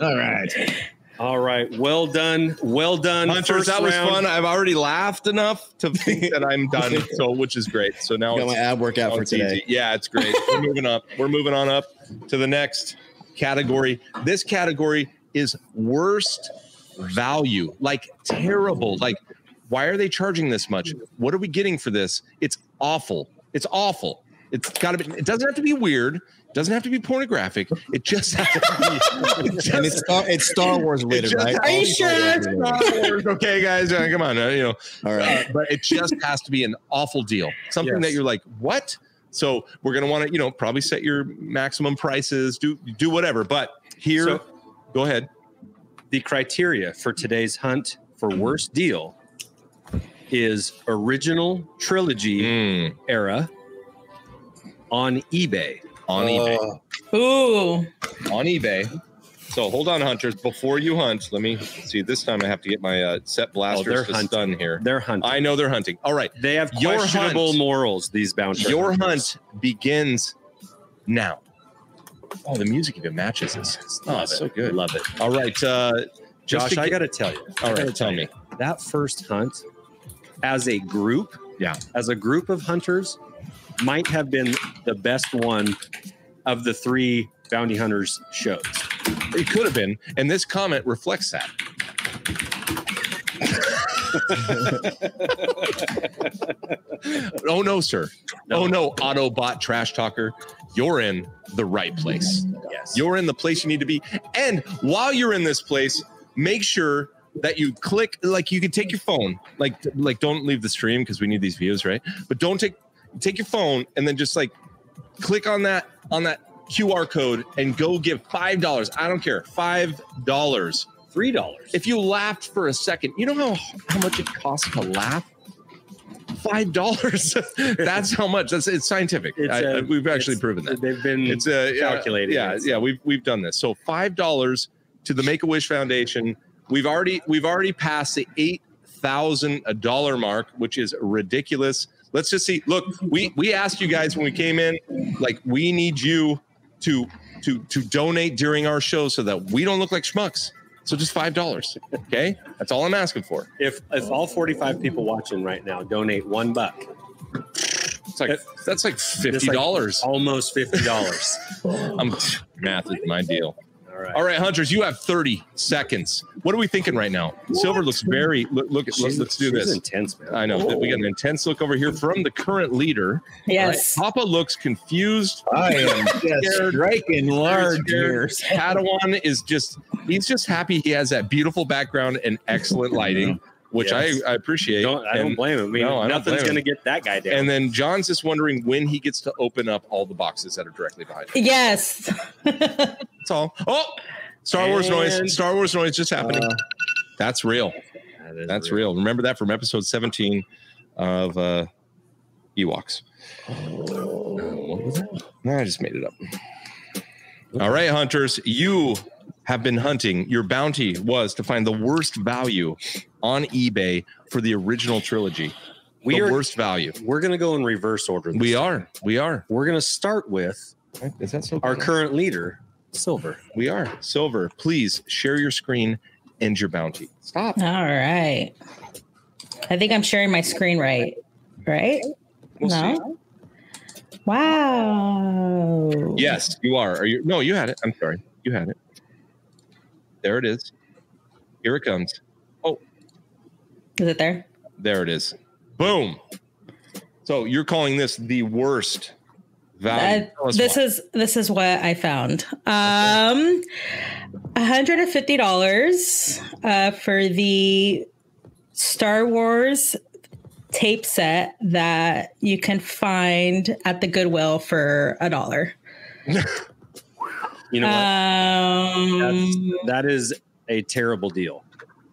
Speaker 3: All right.
Speaker 2: All right, well done, well done.
Speaker 1: Hunter,
Speaker 2: First
Speaker 1: that was
Speaker 2: round.
Speaker 1: fun. I've already laughed enough to think that I'm done, so which is great. So now
Speaker 5: Got
Speaker 1: it's
Speaker 5: my ab workout
Speaker 1: Oh,
Speaker 5: for
Speaker 1: it's easy.
Speaker 5: today.
Speaker 1: Yeah, it's great. We're moving up. We're moving on up to the next category. This category is worst value, like terrible. Like, why are they charging this much? What are we getting for this? It's awful. It's awful. It's got to be. It doesn't have to be weird. Doesn't have to be pornographic. It just has to be. <laughs> It just
Speaker 5: And it's Star, it's Star Wars rated,
Speaker 1: just-
Speaker 5: right?
Speaker 1: Are
Speaker 4: you
Speaker 5: All Star
Speaker 4: sure?
Speaker 5: Wars rated.
Speaker 1: okay, guys, uh, come on. uh, you know,
Speaker 5: All
Speaker 1: uh,
Speaker 5: right.
Speaker 1: but it just has to be an awful deal. Something
Speaker 2: Yes.
Speaker 1: that you're like, what? So we're gonna want to, you know, probably set your maximum prices, do do whatever. But here,
Speaker 2: So-
Speaker 1: go ahead.
Speaker 2: The criteria for today's hunt for worst deal is original trilogy
Speaker 1: Mm. Hmm,
Speaker 2: era on eBay.
Speaker 1: on eBay.
Speaker 4: Ooh.
Speaker 1: On eBay. So hold on, hunters. Before you hunt, let me see. This time I have to get my uh, set blasters
Speaker 2: Oh, they're
Speaker 1: to
Speaker 2: hunting.
Speaker 1: stun here.
Speaker 2: Their hunt.
Speaker 1: I know they're hunting. All right,
Speaker 2: They have
Speaker 1: Your
Speaker 2: questionable
Speaker 1: hunt.
Speaker 2: morals. These bouncers.
Speaker 1: your hunt begins now. Oh, the music even matches this. Oh, it's so good.
Speaker 2: Love it.
Speaker 1: All right, uh,
Speaker 2: Josh,
Speaker 1: to
Speaker 2: I
Speaker 1: get-
Speaker 2: got to tell <laughs> you. I
Speaker 1: All
Speaker 2: gotta
Speaker 1: right, tell me.
Speaker 2: you, That first hunt as a group,
Speaker 1: Yeah.
Speaker 2: as a group of hunters, might have been the best one of the three bounty hunters shows.
Speaker 1: It could have been, and this comment reflects <laughs> that. oh no, sir. Oh no, Autobot trash talker. You're in the right place.
Speaker 2: Yes.
Speaker 1: You're in the place you need to be. And while you're in this place, make sure that you click like you can take your phone. Like like don't leave the stream because we need these views, right? But don't take take your phone and then just like click on that on that QR code and go give five dollars. I don't care, five dollars.
Speaker 2: three dollars.
Speaker 1: If you laughed for a second, you know how how much it costs to laugh. Five dollars. <laughs> That's how much. That's it's scientific.
Speaker 2: It's,
Speaker 1: I-
Speaker 2: uh,
Speaker 1: I- we've actually
Speaker 2: it's-
Speaker 1: proven that
Speaker 2: They've been
Speaker 1: it's uh, a
Speaker 2: calculated.
Speaker 1: Yeah, yeah, we've we've done this. So five dollars to the Make a Wish Foundation. We've already we've already passed the eight thousand a dollar mark, which is ridiculous. Let's just see. Look, we we asked you guys when we came in, like we need you to to to donate during our show so that we don't look like schmucks. So just five dollars, okay? That's all I'm asking for.
Speaker 2: If if all 45 people watching right now donate one buck,
Speaker 1: It's like that's like
Speaker 2: it's
Speaker 1: fifty
Speaker 2: like
Speaker 1: dollars.
Speaker 2: almost fifty dollars.
Speaker 1: I'm math is my deal.
Speaker 2: All
Speaker 1: <laughs>
Speaker 2: right.
Speaker 1: All right, hunters, you have thirty seconds. What are we thinking right now? Silver looks very look. look let's,
Speaker 2: She's-
Speaker 1: let's do
Speaker 2: she's Oh.
Speaker 1: this.
Speaker 2: Intense, man.
Speaker 1: I know that we got an intense look over here from the current leader.
Speaker 4: Yes.
Speaker 1: Papa looks confused.
Speaker 3: I
Speaker 1: <laughs>
Speaker 3: am just
Speaker 1: Scared.
Speaker 3: striking large
Speaker 1: Scared.
Speaker 3: here.
Speaker 2: <laughs>
Speaker 1: Padawan is just he's just happy he has that beautiful background and excellent
Speaker 2: <laughs>
Speaker 1: lighting, which
Speaker 2: Yes.
Speaker 1: I, I appreciate.
Speaker 2: Don't, I don't
Speaker 1: and,
Speaker 2: blame him. I mean,
Speaker 1: No, I don't
Speaker 2: nothing's
Speaker 1: blame
Speaker 2: going to
Speaker 1: him.
Speaker 2: get that guy down.
Speaker 1: and then John's just wondering when he gets to open up all the boxes that are directly behind him.
Speaker 4: Yes.
Speaker 1: That's all. Oh, Star Wars
Speaker 2: And- Uh,
Speaker 1: noise. Star Wars noise just happening. That's real.
Speaker 2: That is
Speaker 1: That's real. Remember that from episode 17 of uh, Ewoks. Uh, what was that? No, I just made it up. All right, hunters, you have been hunting. Your bounty was to find the worst value on eBay for the original trilogy.
Speaker 2: We
Speaker 1: the
Speaker 2: are-
Speaker 1: worst value.
Speaker 2: We're going to go in reverse order.
Speaker 1: We are. We are.
Speaker 2: We're going to start with
Speaker 1: Is that so?
Speaker 2: our current leader, Silver.
Speaker 1: we are. Silver, please share your screen and your bounty. Stop.
Speaker 4: All right. I think I'm sharing my screen right. Right?
Speaker 1: We'll see.
Speaker 4: no. Wow.
Speaker 1: Yes, you are. Are you? No, you had it. I'm sorry. You had it. There it is. Here it comes.
Speaker 4: Is it there?
Speaker 1: There it is. Boom. So you're calling this the worst
Speaker 2: Um,
Speaker 1: value?
Speaker 4: Uh, this is this is what I found. Um, hundred and fifty dollars uh, for the Star Wars tape set that you can find at the Goodwill for a dollar.
Speaker 2: You know what? That's,
Speaker 4: Um,
Speaker 2: that is a terrible deal.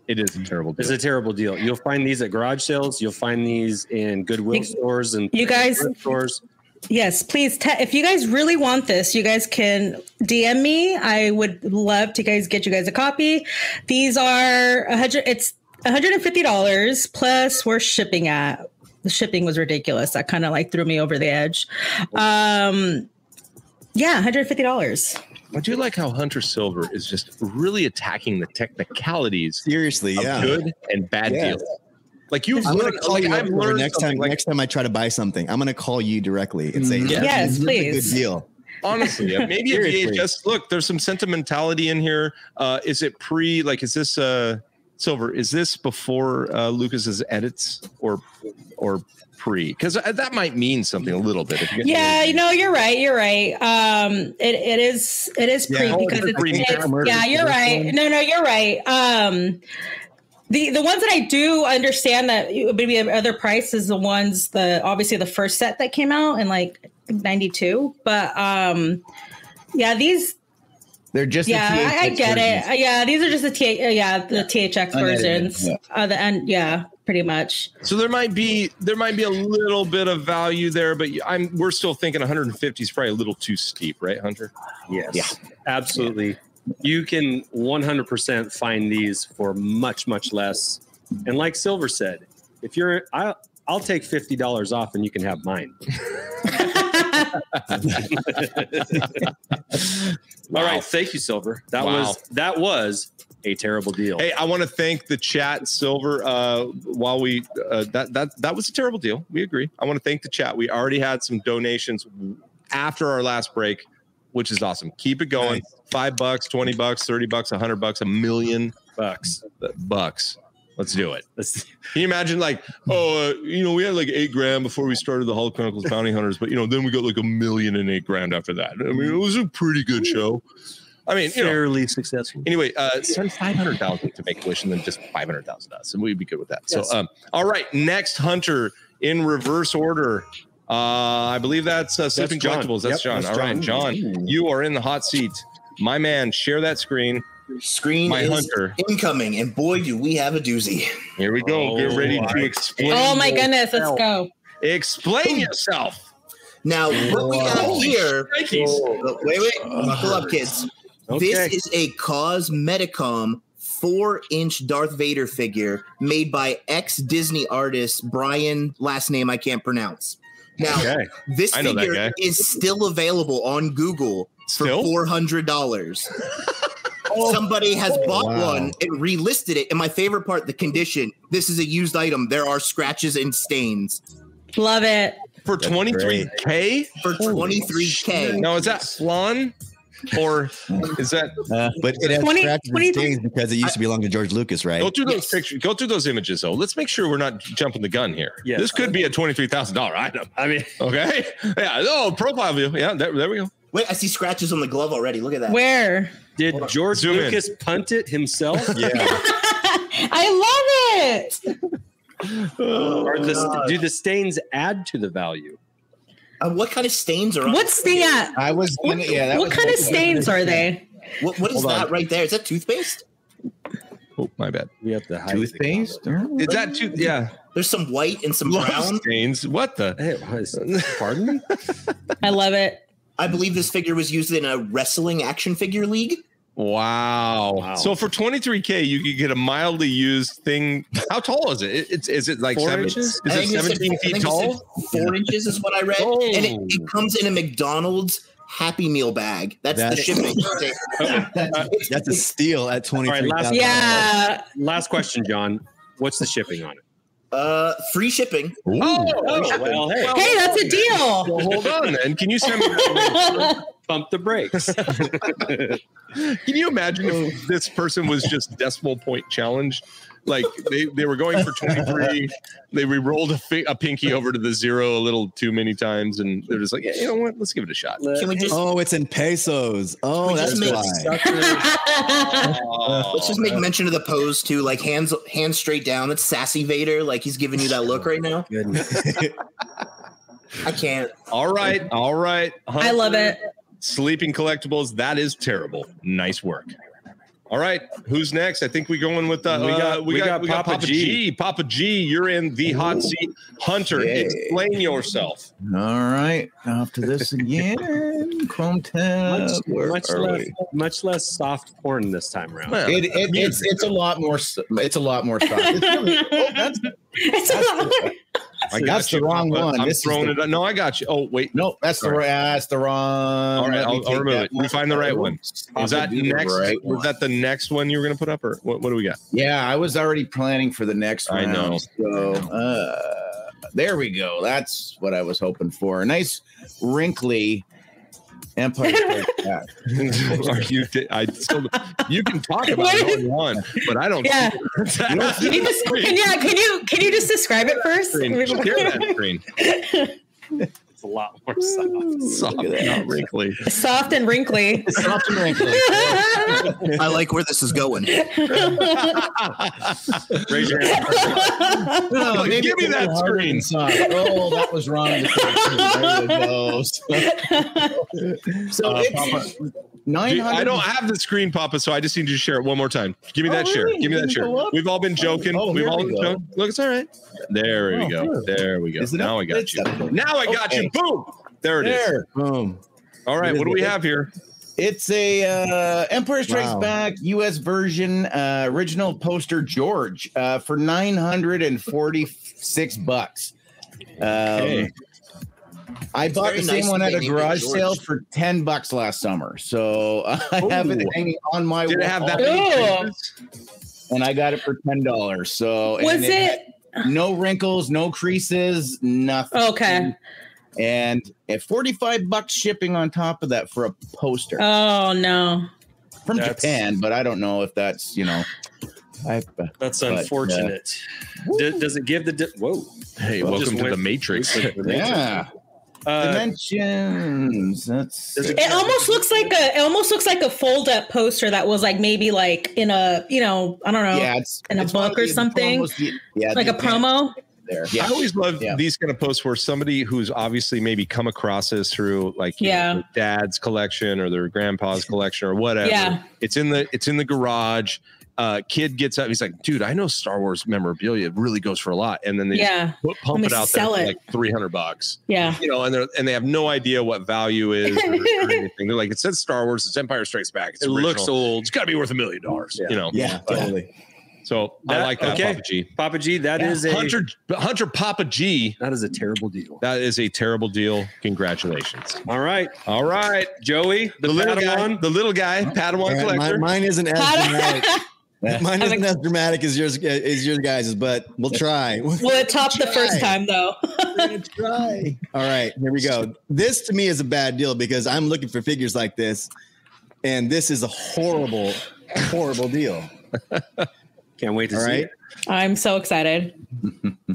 Speaker 1: it is a terrible.
Speaker 2: It's a terrible deal. You'll find these at garage sales. You'll find these in Goodwill
Speaker 4: You-
Speaker 2: stores and
Speaker 4: you guys-
Speaker 2: thrift stores.
Speaker 4: yes, please. Te- if you guys really want this, you guys can DM me. I would love to guys get you guys a copy. These are a hundred. It's one hundred and fifty dollars plus we're shipping at. The shipping was ridiculous. That kind of like threw me over the edge. Um, yeah, one hundred fifty dollars.
Speaker 1: I do like how Hunter Silver is just really attacking the technicalities
Speaker 5: Seriously,
Speaker 1: of
Speaker 5: yeah.
Speaker 1: good and bad
Speaker 5: Yeah.
Speaker 1: deals. Like you've
Speaker 5: I'm gonna
Speaker 1: learned,
Speaker 5: call
Speaker 1: like
Speaker 5: you
Speaker 1: I've
Speaker 5: over
Speaker 1: learned
Speaker 5: next
Speaker 1: something,
Speaker 5: time.
Speaker 1: like,
Speaker 5: next time I try to buy something, I'm gonna call you directly and say,
Speaker 6: Mhm.
Speaker 4: Yes,
Speaker 5: this is a
Speaker 4: please.
Speaker 5: good deal."
Speaker 1: honestly yeah, maybe E a
Speaker 5: Seriously.
Speaker 1: vhs look there's some sentimentality in here uh is it pre like is this uh silver is this before uh lucas's edits or or pre because that might mean something a little bit if you get-
Speaker 4: Yeah, you know, you're right. You're right. Um, it, it is it is
Speaker 5: Yeah,
Speaker 4: pre
Speaker 5: how old
Speaker 4: because
Speaker 5: is
Speaker 4: it's,
Speaker 5: the
Speaker 4: it's-
Speaker 5: Green Arrow
Speaker 4: yeah,
Speaker 5: murder?
Speaker 4: you're
Speaker 5: This
Speaker 4: right.
Speaker 5: one?
Speaker 4: No, no, you're right. Um, the the ones that I do understand that it would be other price is the ones the obviously the first set that came out in like '92, but um, yeah, these
Speaker 3: They're just the
Speaker 4: yeah, I, I
Speaker 3: THX
Speaker 4: get
Speaker 3: versions.
Speaker 4: it. Uh, Yeah, these are just the T, uh, yeah the THX
Speaker 3: Unedited,
Speaker 4: versions.
Speaker 3: yeah.
Speaker 4: Uh, the end, yeah, pretty much.
Speaker 1: so there might be there might be a little bit of value there but i'm we're still thinking 150 is probably a little too steep right hunter
Speaker 2: Yes. Absolutely. You can 100% find these for much, much less. And like Silver said, if you're, I, I'll take $50 off and you can have mine.
Speaker 4: <laughs>
Speaker 2: All right. Thank you, Silver. That
Speaker 1: Wow.
Speaker 2: was, that was a terrible deal.
Speaker 1: Hey, I want to thank the chat, Silver. Uh, while we uh, that that that was a terrible deal, we agree. I want to thank the chat. We already had some donations after our last break, which is awesome. Keep it going. Five bucks, twenty bucks, thirty bucks, a hundred bucks, a million
Speaker 2: bucks.
Speaker 1: bucks. Let's do it.
Speaker 2: That's-
Speaker 1: Can you imagine, like, oh, uh, you know, we had like eight grand before we started the Hulk Chronicles Bounty Hunters, but you know, then we got like a million and eight grand after that. I mean, it was a pretty good show. I mean, you know,
Speaker 2: fairly successful.
Speaker 1: Anyway, uh, send five hundred thousand to Make a Wish, and then just five hundred thousand us, and we'd be good with that.
Speaker 2: Yes.
Speaker 1: So, um, all right, next hunter in reverse order. Uh, I believe that's uh, Sleeping
Speaker 2: John.
Speaker 1: Collectibles. That's
Speaker 2: Yep,
Speaker 1: John.
Speaker 2: that's
Speaker 1: All right,
Speaker 2: John.
Speaker 1: John, you are in the hot seat, my man. Share that screen,
Speaker 6: Screen
Speaker 1: my
Speaker 6: is
Speaker 1: hunter.
Speaker 6: incoming, and boy, do we have a doozy.
Speaker 1: Here we go.
Speaker 2: Oh,
Speaker 1: Get ready
Speaker 2: my
Speaker 1: to explain.
Speaker 4: oh my goodness, let's go.
Speaker 1: Explain yourself.
Speaker 6: Now, what we have
Speaker 1: Holy
Speaker 6: here.
Speaker 1: Yikes.
Speaker 6: Oh, Wait, wait, buckle up, kids.
Speaker 2: Okay.
Speaker 6: This is a Cosmeticom four-inch Darth Vader figure made by ex-Disney artist Brian, last name I can't pronounce. Now,
Speaker 1: Okay.
Speaker 6: this
Speaker 1: I know that
Speaker 6: figure
Speaker 1: guy.
Speaker 6: is still available on Google for
Speaker 1: Still? Oh,
Speaker 6: four
Speaker 1: <laughs>
Speaker 6: hundred dollars. Somebody has bought
Speaker 5: Wow.
Speaker 6: one and relisted it. And my favorite part, the condition. This is a used item. There are scratches and stains
Speaker 4: Love it.
Speaker 1: for
Speaker 5: That's
Speaker 1: twenty three k.
Speaker 6: for twenty three k.
Speaker 1: Now is that flan or is that?
Speaker 5: But it has
Speaker 4: 20
Speaker 5: scratches and
Speaker 4: 23
Speaker 5: stains because it used to belong to George Lucas, right?
Speaker 1: Go through those
Speaker 6: Yes.
Speaker 1: pictures. Go through those images though. Let's make sure we're not jumping the gun here.
Speaker 2: Yes.
Speaker 1: This could be a twenty three thousand dollar item.
Speaker 2: I mean,
Speaker 1: Okay. <laughs> Yeah. Oh, profile view. Yeah. There, there we go.
Speaker 6: Wait, I see scratches on the glove already. Look at that.
Speaker 4: Where?
Speaker 2: did George
Speaker 1: Zoom in.
Speaker 2: Lucas punt it himself?
Speaker 5: Yeah.
Speaker 4: I love it.
Speaker 2: or the, do the stains add to the value?
Speaker 6: Uh, what kind of stains are on?
Speaker 4: What's the uh,
Speaker 3: I was
Speaker 4: what,
Speaker 3: gonna, yeah. That
Speaker 4: what
Speaker 3: was
Speaker 4: kind of
Speaker 3: my-
Speaker 4: stains are they?
Speaker 6: What, what is
Speaker 1: Hold on.
Speaker 6: that right there? Is that toothpaste?
Speaker 1: Oh, my bad.
Speaker 2: We have to hide.
Speaker 3: Toothpaste?
Speaker 1: Is that too? Yeah.
Speaker 6: There's some white and some brown.
Speaker 1: Stains. What the?
Speaker 2: Hey, what is- pardon me?
Speaker 4: I love it.
Speaker 6: I believe this figure was used in a wrestling action figure league.
Speaker 1: Wow.
Speaker 2: Wow.
Speaker 1: So for 23K, you could get a mildly used thing. How tall is it? it it's is it like
Speaker 2: Four
Speaker 1: seven,
Speaker 2: inches?
Speaker 1: Is it
Speaker 6: I think said-
Speaker 1: 17
Speaker 6: I
Speaker 1: feet
Speaker 6: think it said
Speaker 1: tall?
Speaker 6: Four inches is what I read.
Speaker 1: Oh.
Speaker 6: And it, it comes in a McDonald's Happy Meal bag. That's, the
Speaker 5: That's-
Speaker 6: shipping.
Speaker 5: <laughs>
Speaker 1: <laughs>
Speaker 5: That's a steal at twenty three
Speaker 2: last-
Speaker 5: thousand.
Speaker 4: Yeah.
Speaker 2: <laughs> Last question, John. What's the shipping on it?
Speaker 6: uh, free shipping.
Speaker 2: Oh, well, hey,
Speaker 4: Hey, that's a deal.
Speaker 1: Well,
Speaker 4: <laughs>
Speaker 1: hold on then. Can you send me?
Speaker 2: pump the brakes.
Speaker 1: Can you imagine if this person was just decimal point challenge? Like they, they were going for 23. They re rolled a, fi- a pinky over to the zero a little too many times. And they're just like, yeah, you know what? Let's give it a shot.
Speaker 6: Can we just
Speaker 5: Oh, it's in pesos. Oh,
Speaker 6: We
Speaker 5: that's
Speaker 6: just made
Speaker 5: why.
Speaker 6: let's just make mention of the pose too? Like hands hands straight down. That's sassy Vader. Like he's giving you that look
Speaker 1: <laughs>
Speaker 6: right now. I can't.
Speaker 1: All right. All right.
Speaker 4: I love
Speaker 1: Hunter.
Speaker 4: it.
Speaker 1: Sleeping collectibles. That is terrible. Nice work. All right, who's next? I think we're going with uh,
Speaker 2: We got-
Speaker 1: uh, we,
Speaker 2: we
Speaker 1: got,
Speaker 2: got
Speaker 1: we got
Speaker 2: Papa
Speaker 1: Papa, G. Papa G, you're in the hot seat. Hunter,
Speaker 3: Yeah.
Speaker 1: explain yourself.
Speaker 3: All right, off to this again. Chrome tab.
Speaker 2: much,
Speaker 3: Where
Speaker 2: much
Speaker 3: are
Speaker 2: less,
Speaker 3: we?
Speaker 2: much less soft porn this time around.
Speaker 1: Well,
Speaker 3: It, it, it's it's a lot more. s- It's a lot more. soft.
Speaker 1: <laughs>
Speaker 3: It's really- oh, that's
Speaker 4: It's a-
Speaker 1: I got
Speaker 3: that's the
Speaker 1: you,
Speaker 3: wrong
Speaker 1: Papa.
Speaker 3: one.
Speaker 1: I'm
Speaker 3: This is
Speaker 1: throwing
Speaker 3: the-
Speaker 1: it. No, I got you. Oh wait,
Speaker 3: no, that's the
Speaker 1: Sorry.
Speaker 3: right. ah, That's the wrong.
Speaker 1: All right,
Speaker 3: Let me
Speaker 1: I'll- I'll
Speaker 3: take
Speaker 1: remove
Speaker 3: that
Speaker 1: it. We find the right one. is that
Speaker 3: I'll do the
Speaker 1: next?
Speaker 3: right
Speaker 1: was
Speaker 3: one.
Speaker 1: that the next one you were going to put up, or what? What do we <laughs> got?
Speaker 3: Yeah, I was already planning for the next
Speaker 1: I
Speaker 3: round.
Speaker 1: know.
Speaker 3: So uh, there we go. That's what I was hoping for. A nice wrinkly Empire Strikes Back.
Speaker 1: <laughs> Are you? I still. You can talk about
Speaker 4: What
Speaker 1: it all you want, but I don't.
Speaker 4: yeah.
Speaker 1: <laughs> I don't see
Speaker 4: Can you
Speaker 1: that
Speaker 4: just,
Speaker 1: screen.
Speaker 4: can, yeah. Can you can you just describe it first?
Speaker 1: Screen. Share that screen.
Speaker 2: It's a lot more soft.
Speaker 1: Soft, not wrinkly.
Speaker 4: Soft and
Speaker 3: <laughs>
Speaker 4: wrinkly.
Speaker 3: Soft and wrinkly.
Speaker 6: I like where this is going.
Speaker 2: Raise your hand.
Speaker 3: No,
Speaker 1: Give
Speaker 3: maybe
Speaker 1: me
Speaker 3: it's
Speaker 1: that
Speaker 3: a little harder
Speaker 1: screen.
Speaker 3: than soft. Oh, that was wrong. There we go. So, <laughs> so
Speaker 1: Uh, Papa,
Speaker 3: it's nine
Speaker 1: Dude,
Speaker 3: hundred.
Speaker 1: I don't have the screen, Papa, so I just need you to share it one more time. Give me
Speaker 3: Oh,
Speaker 1: that share.
Speaker 3: really?
Speaker 1: Give me
Speaker 3: It
Speaker 1: that
Speaker 3: didn't
Speaker 1: share.
Speaker 3: go up?
Speaker 1: We've all been joking.
Speaker 3: Oh,
Speaker 1: We've
Speaker 3: here
Speaker 1: all
Speaker 3: we
Speaker 1: been
Speaker 3: go.
Speaker 1: joking. Look, it's all right. There we
Speaker 3: Oh,
Speaker 1: go.
Speaker 3: good.
Speaker 1: There we go.
Speaker 3: Is it
Speaker 1: Now
Speaker 3: up?
Speaker 1: I got
Speaker 3: It's
Speaker 1: you.
Speaker 3: up.
Speaker 1: Now I got
Speaker 3: Okay.
Speaker 1: you. Boom. There it is.
Speaker 3: There.
Speaker 5: Boom.
Speaker 1: All right.
Speaker 3: It is
Speaker 1: What do we
Speaker 3: good.
Speaker 1: have here?
Speaker 3: It's a uh, Empire Strikes
Speaker 5: Wow.
Speaker 3: Back U.S. version uh, original poster George uh, for nine hundred and forty-six bucks. Um,
Speaker 1: Okay.
Speaker 3: I bought
Speaker 6: very
Speaker 3: the same
Speaker 6: nice
Speaker 3: one
Speaker 6: that
Speaker 3: at a
Speaker 6: they named it
Speaker 3: garage
Speaker 6: George.
Speaker 3: sale for ten bucks last summer, so <laughs> I have it
Speaker 2: Ooh.
Speaker 3: hanging on my
Speaker 1: Did it
Speaker 3: wall,
Speaker 1: have that?
Speaker 4: Ew.
Speaker 1: many
Speaker 3: and I got it for ten dollars. So and
Speaker 4: Was it
Speaker 3: no wrinkles, no creases, nothing?
Speaker 4: okay?
Speaker 3: And at forty-five bucks shipping on top of that for a poster.
Speaker 4: Oh no.
Speaker 3: from
Speaker 2: That's-
Speaker 3: Japan, but I don't know if that's you know. I, uh,
Speaker 2: That's
Speaker 3: But, uh,
Speaker 2: unfortunate. D- does it give the di- whoa?
Speaker 1: pictures? Hey,
Speaker 2: Well,
Speaker 1: welcome
Speaker 2: just
Speaker 1: to
Speaker 2: went-
Speaker 1: the Matrix. <laughs>
Speaker 3: yeah,
Speaker 2: Uh,
Speaker 3: dimensions. That's
Speaker 2: does it-
Speaker 4: It almost looks like a it almost looks like a fold up poster that was like maybe like in a you know I don't know
Speaker 3: yeah, it's
Speaker 4: in a
Speaker 3: it's one of
Speaker 4: book or
Speaker 3: the- it's
Speaker 4: something?
Speaker 3: almost the- yeah,
Speaker 4: like
Speaker 3: the
Speaker 4: a promo.
Speaker 3: advantage There.
Speaker 1: I
Speaker 3: Yeah.
Speaker 1: always love
Speaker 3: Yeah.
Speaker 1: these kind of posts where somebody who's obviously maybe come across this through like you know,
Speaker 4: Yeah.
Speaker 1: their dad's collection or their grandpa's collection or whatever.
Speaker 4: Yeah.
Speaker 1: It's in the it's in the garage uh, kid gets up. He's like, dude, I know Star Wars memorabilia really goes for a lot. And then they just
Speaker 4: yeah,
Speaker 1: put, pump
Speaker 4: me
Speaker 1: it out
Speaker 4: sell
Speaker 1: there
Speaker 4: it.
Speaker 1: for like 300 bucks.
Speaker 4: yeah.
Speaker 1: You know, and they're and they have no idea what value is or,
Speaker 4: <laughs>
Speaker 1: or anything. They're like, it says Star Wars, it's Empire Strikes Back. It's
Speaker 2: It looks
Speaker 1: original.
Speaker 2: old.
Speaker 1: It's got to be worth a million dollars.
Speaker 2: Yeah.
Speaker 1: You know,
Speaker 5: Yeah, totally.
Speaker 1: so I
Speaker 2: That-
Speaker 1: like that.
Speaker 2: okay.
Speaker 1: Papa G.
Speaker 2: Papa G, that
Speaker 4: Yeah.
Speaker 2: is a
Speaker 1: Hunter Hunter Papa G.
Speaker 2: that is a terrible deal.
Speaker 1: That is a terrible deal. Congratulations.
Speaker 2: All right,
Speaker 1: All right,
Speaker 2: Joey,
Speaker 1: the,
Speaker 2: the,
Speaker 1: little guy,
Speaker 2: Padawan.
Speaker 1: the little guy, Padawan
Speaker 5: All right,
Speaker 1: collector.
Speaker 5: mine, mine isn't as dramatic. Mine
Speaker 4: I'm
Speaker 5: isn't as dramatic as yours as yours guys, but we'll try.
Speaker 4: Will it top the first time though?
Speaker 5: try. All right, here we go. This to me is a bad deal because I'm looking for figures like this, and this is a horrible, horrible deal.
Speaker 2: Can't wait to
Speaker 5: All
Speaker 2: see.
Speaker 5: right.
Speaker 2: it.
Speaker 4: I'm so excited.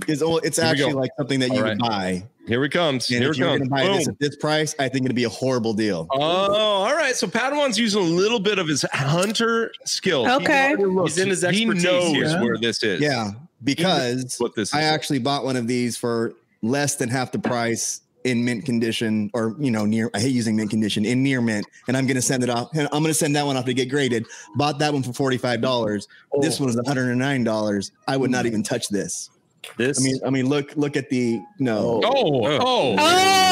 Speaker 5: It's, al- it's
Speaker 1: Here we
Speaker 5: actually
Speaker 1: go.
Speaker 5: like something that
Speaker 1: All
Speaker 5: you
Speaker 1: right.
Speaker 5: would buy.
Speaker 1: Here we comes.
Speaker 5: And
Speaker 1: Here
Speaker 5: if
Speaker 1: we
Speaker 5: you're going to
Speaker 1: comes.
Speaker 5: buy this
Speaker 1: Boom.
Speaker 5: at this price, I think it'd be a horrible deal.
Speaker 1: Oh, all right. So Padawan's using a little bit of his hunter skill.
Speaker 4: Okay.
Speaker 2: He's in his
Speaker 1: He
Speaker 2: expertise
Speaker 1: knows
Speaker 2: here.
Speaker 1: where this is.
Speaker 5: Yeah, because
Speaker 1: What this is.
Speaker 5: I actually bought one of these for less than half the price in mint condition or you know near I hate using mint condition in near mint and I'm gonna send it off and I'm gonna send that one off to get graded. Bought that one for $45.
Speaker 1: Oh.
Speaker 5: This one was $109. I would not even touch this.
Speaker 2: This.
Speaker 5: I mean I mean look look at the no
Speaker 1: oh, oh,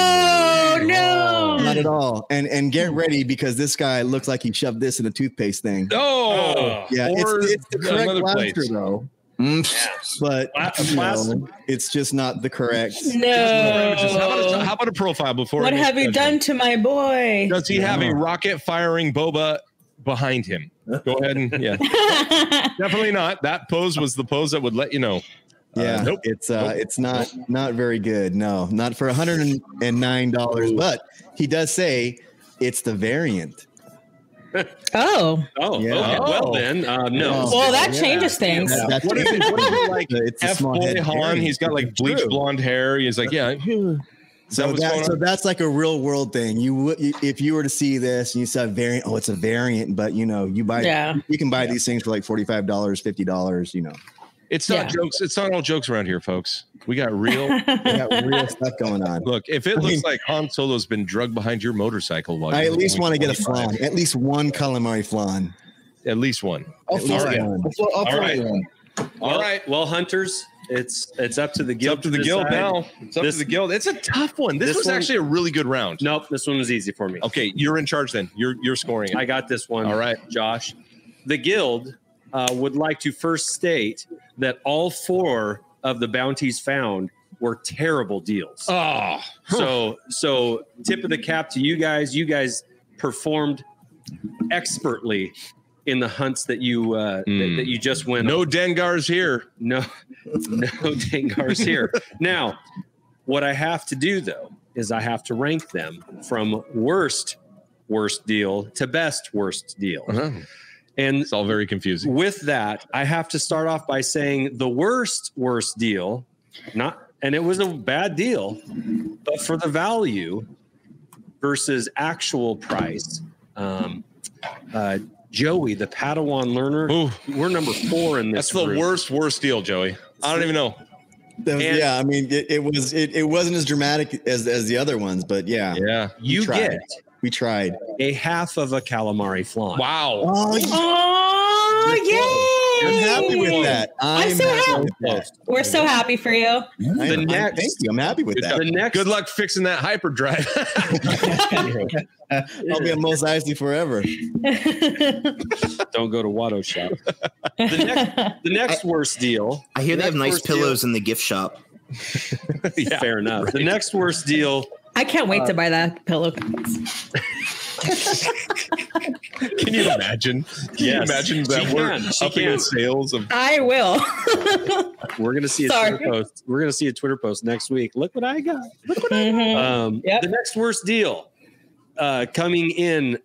Speaker 4: Oh no!
Speaker 5: not at all. And and get ready because this guy looks like he shoved this in a toothpaste thing.
Speaker 1: oh.
Speaker 5: Yeah,
Speaker 1: Or
Speaker 5: it's, it's the correct
Speaker 1: another place.
Speaker 5: laughter though.
Speaker 3: Mm.
Speaker 5: But
Speaker 2: Pla-
Speaker 5: you
Speaker 2: plas-
Speaker 5: know, it's just not the correct.
Speaker 1: Just How, about a, how
Speaker 4: No.
Speaker 1: about a profile before?
Speaker 4: Oh. What
Speaker 1: any
Speaker 4: have you
Speaker 1: judgment?
Speaker 4: done to my boy? <laughs>
Speaker 1: Does he have a rocket firing boba behind him? Go ahead and yeah, definitely not. That pose was the pose that would let you know.
Speaker 5: Yeah,
Speaker 1: Uh, nope.
Speaker 5: it's uh,
Speaker 1: Nope.
Speaker 5: it's not not very good. No, not for hundred and nine dollars. But he does say it's the variant.
Speaker 4: oh,
Speaker 2: oh,
Speaker 5: Yeah.
Speaker 2: okay. well then, uh, no.
Speaker 5: Oh.
Speaker 4: well, that
Speaker 5: yeah.
Speaker 4: changes things.
Speaker 5: That's
Speaker 1: What is it? What is
Speaker 5: <laughs>
Speaker 1: it like?
Speaker 5: It's a
Speaker 1: F
Speaker 5: small
Speaker 1: boy
Speaker 5: head
Speaker 1: Han.
Speaker 5: variant.
Speaker 1: He's got like
Speaker 5: It's
Speaker 1: bleach
Speaker 5: true.
Speaker 1: blonde hair. He's like, yeah. Is that
Speaker 5: So,
Speaker 1: what's going
Speaker 5: that,
Speaker 1: on?
Speaker 5: so that's like a real world thing. You would you- if you were to see this and you saw variant. Oh, it's a variant, but you know you buy
Speaker 4: Yeah.
Speaker 5: you can buy these things for like forty five dollars, fifty dollars. You know,
Speaker 1: It's not
Speaker 4: Yeah.
Speaker 1: jokes. It's not all jokes around here, folks. We got real. <laughs>
Speaker 5: we
Speaker 4: <laughs>
Speaker 5: got real stuff going on.
Speaker 1: Look, if it looks like Han Solo's been drugged behind your motorcycle, while
Speaker 5: I
Speaker 1: you're
Speaker 5: at least want to get a
Speaker 1: 25,
Speaker 5: flan, at least one calamari flan.
Speaker 1: At least one.
Speaker 3: I'll
Speaker 5: At least
Speaker 3: throw
Speaker 1: right.
Speaker 5: one.
Speaker 3: I'll throw- I'll throw
Speaker 1: right.
Speaker 3: you one.
Speaker 2: Well,
Speaker 1: All right.
Speaker 2: Well, hunters, it's it's up to the
Speaker 1: It's
Speaker 2: guild.
Speaker 1: up to the guild
Speaker 2: decide.
Speaker 1: now. It's up
Speaker 2: This-
Speaker 1: to the guild. It's a tough one. This,
Speaker 2: This
Speaker 1: was
Speaker 2: one-
Speaker 1: actually a really good round.
Speaker 2: Nope, this one was easy for me.
Speaker 1: Okay, you're in charge then. You're you're scoring it.
Speaker 2: I got this one.
Speaker 1: all right.
Speaker 2: Josh. The Guild uh, would like to first state that all four of the bounties found were terrible deals.
Speaker 1: Oh,
Speaker 2: so, so tip of the cap to you guys. You guys performed expertly in the hunts that you uh, that,
Speaker 1: Mm.
Speaker 2: that you just went.
Speaker 1: no Dengars here.
Speaker 2: No, no Dengars here. Now, what I have to do though is I have to rank them from worst worst deal to best worst deal.
Speaker 5: Uh-huh.
Speaker 2: And
Speaker 1: It's all very confusing.
Speaker 2: with that, I have to start off by saying the worst worst deal, not and it was a bad deal, but for the value versus actual price. Um, uh, Joey, the Padawan learner,
Speaker 1: Ooh,
Speaker 2: we're number four in
Speaker 1: that's
Speaker 2: this.
Speaker 1: the
Speaker 2: group.
Speaker 1: worst worst deal, Joey. I don't even know.
Speaker 5: That was-
Speaker 2: And-
Speaker 5: yeah, I mean, it, it was it, it wasn't as dramatic as as the other ones, but yeah,
Speaker 1: Yeah.
Speaker 2: You
Speaker 5: tried.
Speaker 2: get
Speaker 5: we tried.
Speaker 2: a half of a calamari flan.
Speaker 1: Wow.
Speaker 5: Oh,
Speaker 4: Oh,
Speaker 5: I'm
Speaker 4: yay!
Speaker 5: happy with that. I'm,
Speaker 4: so happy.
Speaker 5: with that.
Speaker 4: We're so happy for you.
Speaker 5: I
Speaker 2: The
Speaker 5: am- I'm-
Speaker 2: next-
Speaker 5: thank you. I'm happy with
Speaker 1: Good
Speaker 5: that.
Speaker 2: The next,
Speaker 1: Good luck fixing that hyperdrive. <laughs>
Speaker 5: I'll be a Mos Eisley forever.
Speaker 2: don't go to Watto shop. The next worst deal.
Speaker 6: I hear they have
Speaker 2: Next
Speaker 6: nice
Speaker 2: worst deal-
Speaker 6: pillows in the gift shop.
Speaker 1: Yeah,
Speaker 2: <laughs> fair enough. The next worst deal
Speaker 4: <laughs> I can't wait to buy that pillow.
Speaker 1: Can you imagine? Can you
Speaker 2: Yes.
Speaker 1: imagine that
Speaker 2: She
Speaker 1: we're
Speaker 2: can. She
Speaker 1: upping
Speaker 2: can.
Speaker 1: the sales of
Speaker 4: I will. <laughs>
Speaker 2: We're gonna see a
Speaker 4: Sorry.
Speaker 2: Twitter post. We're gonna see a Twitter post next week. Look what I got.
Speaker 4: Mhm.
Speaker 2: Um,
Speaker 4: Yep.
Speaker 2: The next worst deal uh, coming in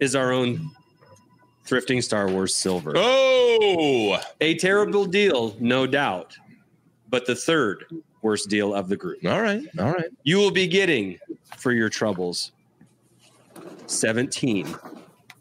Speaker 2: is our own thrifting Star Wars silver.
Speaker 1: Oh,
Speaker 2: A terrible deal, no doubt, but the third worst deal of the group.
Speaker 1: all right, all right.
Speaker 2: You will be getting for your troubles seventeen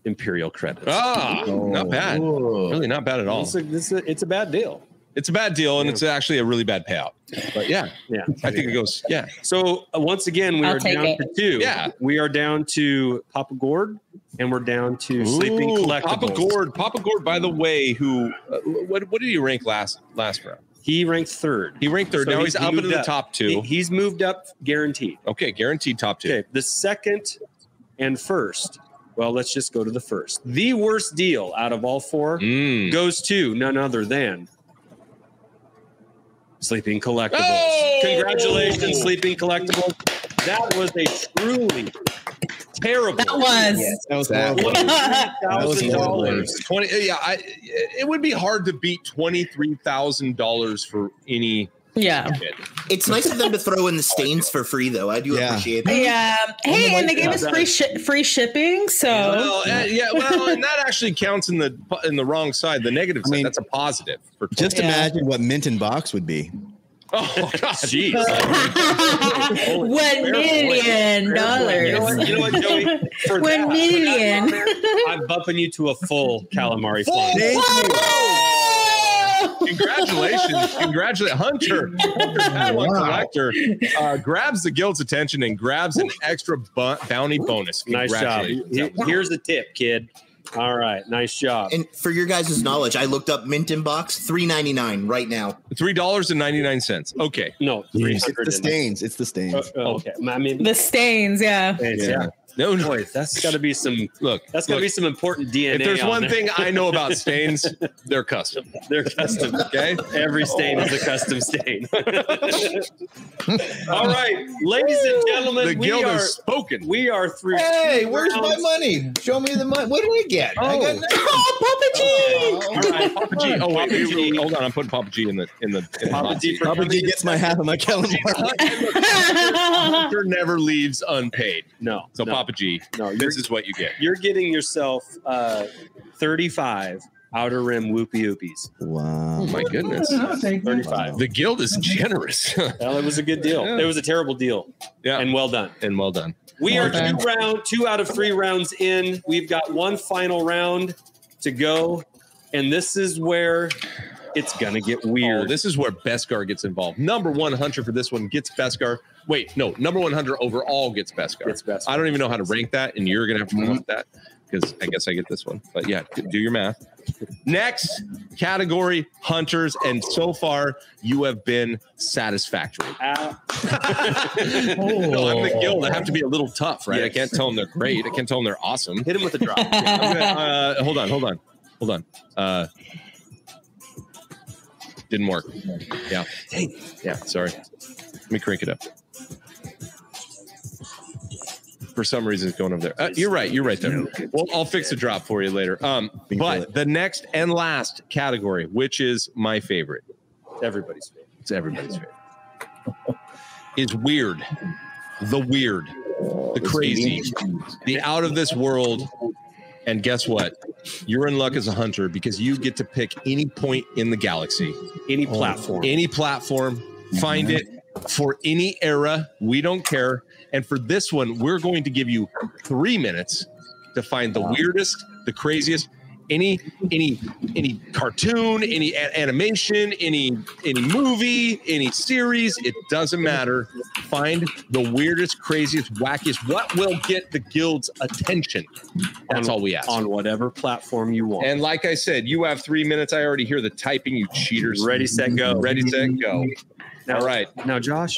Speaker 2: Imperial credits.
Speaker 1: Ah, not bad.
Speaker 3: Whoa. oh.
Speaker 1: Really, not bad at all.
Speaker 2: It's a, it's a- it's a bad deal.
Speaker 1: It's a bad deal, and it's actually a really bad payout. But yeah,
Speaker 2: Yeah.
Speaker 1: I think it goes. Yeah,
Speaker 2: So uh, once again, we
Speaker 4: I'll
Speaker 2: are
Speaker 4: take
Speaker 2: down
Speaker 4: it.
Speaker 2: to two.
Speaker 1: Yeah.
Speaker 2: we are down to Papa Gord, and we're down to Sleeping
Speaker 1: Ooh,
Speaker 2: Collectibles.
Speaker 1: Papa Gord. Papa Gord. By the way, who? Uh, what? What did he rank last last round?
Speaker 2: He ranked third.
Speaker 1: He ranked third.
Speaker 2: So
Speaker 1: now
Speaker 2: he-
Speaker 1: he's
Speaker 2: he
Speaker 1: up into
Speaker 2: moved
Speaker 1: the
Speaker 2: up.
Speaker 1: top two.
Speaker 2: He- he's moved up, guaranteed.
Speaker 1: okay, guaranteed top two.
Speaker 2: Okay, the second and first. Well, let's just go to the first. The worst deal out of all four
Speaker 1: Mm.
Speaker 2: goes to none other than Sleeping Collectibles.
Speaker 1: Oh!
Speaker 2: Congratulations, Sleeping Collectibles. That was a truly terrible.
Speaker 4: That was.
Speaker 5: That was
Speaker 3: That
Speaker 4: <laughs>
Speaker 5: horrible. was
Speaker 2: thousand
Speaker 5: horrible.
Speaker 2: dollars.
Speaker 1: Twenty. Yeah, I, it would be hard to beat twenty three thousand dollars for any.
Speaker 4: Yeah.
Speaker 6: It's nice of them to throw in the stains for free, though. I do
Speaker 5: Yeah.
Speaker 6: appreciate that.
Speaker 4: Yeah. um, Hey, and they gave us
Speaker 2: that.
Speaker 4: free shi- free shipping. So <laughs>
Speaker 1: Well, uh, yeah. Well, and that actually counts in the in the wrong side, the negative
Speaker 5: I
Speaker 1: side.
Speaker 5: mean-
Speaker 1: That's a positive. For
Speaker 5: Just
Speaker 4: Yeah.
Speaker 5: imagine what mint in box would be.
Speaker 1: <laughs> oh God,
Speaker 2: Jeez. Oh,
Speaker 4: one million
Speaker 2: You know what,
Speaker 4: dollars.
Speaker 2: you know what Joey? For that- for
Speaker 4: One
Speaker 2: that
Speaker 4: million.
Speaker 2: <laughs> I'm bumping you to a full calamari
Speaker 1: Full.
Speaker 2: flight.
Speaker 4: Whoa!
Speaker 1: Congratulations, congratulations, Hunter, Hunter Padawan
Speaker 6: Wow.
Speaker 1: Collector, uh, grabs the guild's attention and grabs an extra bu- bounty bonus.
Speaker 2: Nice job.
Speaker 1: Congratulations.
Speaker 2: Here- Here's a tip, kid. All right, nice job.
Speaker 6: And for your guys' knowledge, I looked up Mint in Box three ninety nine right now.
Speaker 1: Three dollars and ninety nine cents. Okay,
Speaker 2: No, three
Speaker 5: It's the
Speaker 2: hundred. Uh,
Speaker 5: stains. It's the stains.
Speaker 2: okay, I mean,
Speaker 4: <laughs> The
Speaker 2: <laughs>
Speaker 4: stains, yeah.
Speaker 2: yeah.
Speaker 1: no, no.
Speaker 2: Boy, that's got to be some.
Speaker 1: Look,
Speaker 2: That's got to be some important DNA.
Speaker 1: If there's
Speaker 2: on
Speaker 1: one
Speaker 2: there. <laughs>
Speaker 1: thing I know about stains, they're custom.
Speaker 2: they're custom.
Speaker 1: Okay.
Speaker 2: Every stain
Speaker 3: Oh.
Speaker 2: is a custom
Speaker 3: <laughs>
Speaker 2: stain. <laughs> All right, ladies and gentlemen,
Speaker 1: The
Speaker 2: we
Speaker 1: guild
Speaker 2: are
Speaker 1: has spoken.
Speaker 2: we are through.
Speaker 3: Hey,
Speaker 2: two
Speaker 3: where's my
Speaker 2: rounds.
Speaker 3: money? Show me the money. What did I get? I got nothing.
Speaker 4: Oh, Papa G!
Speaker 3: Oh,
Speaker 2: All right,
Speaker 1: Papa G. Oh wait,
Speaker 2: Papa
Speaker 1: wait,
Speaker 2: G.
Speaker 1: wait, hold on. I'm putting Papa G in the in the. In the
Speaker 2: Papa
Speaker 1: box.
Speaker 2: G for
Speaker 5: Papa
Speaker 2: coming
Speaker 5: G
Speaker 2: in
Speaker 5: gets my half of my calamari.
Speaker 1: Hunter never leaves unpaid.
Speaker 2: No.
Speaker 1: So
Speaker 2: no,
Speaker 1: Papa G,
Speaker 2: no, you're,
Speaker 1: this is what you
Speaker 2: <laughs>
Speaker 1: get.
Speaker 2: you're getting yourself uh, 35 outer rim whoopie oopies. Oh
Speaker 5: Wow.
Speaker 1: my goodness.
Speaker 3: I'll take that.
Speaker 2: 35.
Speaker 1: The guild is generous. <laughs>
Speaker 2: Well, it was a good deal.
Speaker 1: Yeah.
Speaker 2: It was a terrible deal.
Speaker 1: yeah, and,
Speaker 2: And well done.
Speaker 1: well done.
Speaker 2: We are
Speaker 3: Okay.
Speaker 2: two round, two out of three rounds in. We've got one final round to go. And this is where it's gonna get
Speaker 1: Oh,
Speaker 2: weird.
Speaker 1: this is where Beskar gets involved. Number one hunter for this one gets Beskar. Wait, no, number one hunter overall gets Beskar.
Speaker 2: Gets Beskar.
Speaker 1: I don't even know how to rank that, and you're gonna have to come up with that because I guess I get this one. But yeah, d- do your math. Next category, hunters, and so far you have been satisfactory.
Speaker 2: Ah,
Speaker 1: No, I'm the guild. I have to be a little tough, right? I
Speaker 2: Yes.
Speaker 1: can't tell them they're great. I can't tell them they're awesome.
Speaker 2: hit him with a drop.
Speaker 1: I'm gonna, uh, hold on, hold on, hold on. Uh, didn't work. Yeah. Yeah. Sorry. Let me crank it up. For some reason, it's going over there. Uh, you're right. You're right there. Well, I'll fix the drop for you later. Um,
Speaker 5: Thank you.
Speaker 1: but the next and last category, which is my favorite,
Speaker 2: Everybody's favorite.
Speaker 1: it's everybody's favorite, is weird. The weird, the crazy, the out of this world. And guess what? You're in luck as a hunter because you get to pick any point in the galaxy,
Speaker 2: Any platform. Mm-hmm.
Speaker 1: any platform, find it for any era. We don't care. And for this one, we're going to give you three minutes to find the weirdest, the craziest, any any any cartoon, any a- animation, any any movie, any series. It doesn't matter. Find the weirdest, craziest, wackiest. What will get the guild's attention? That's all we ask.
Speaker 2: on whatever platform you want.
Speaker 1: And like I said, you have three minutes. I already hear the typing, you cheaters.
Speaker 2: Ready, set, go.
Speaker 1: Ready, set, go.
Speaker 2: Now-
Speaker 1: All right.
Speaker 2: Now, Josh,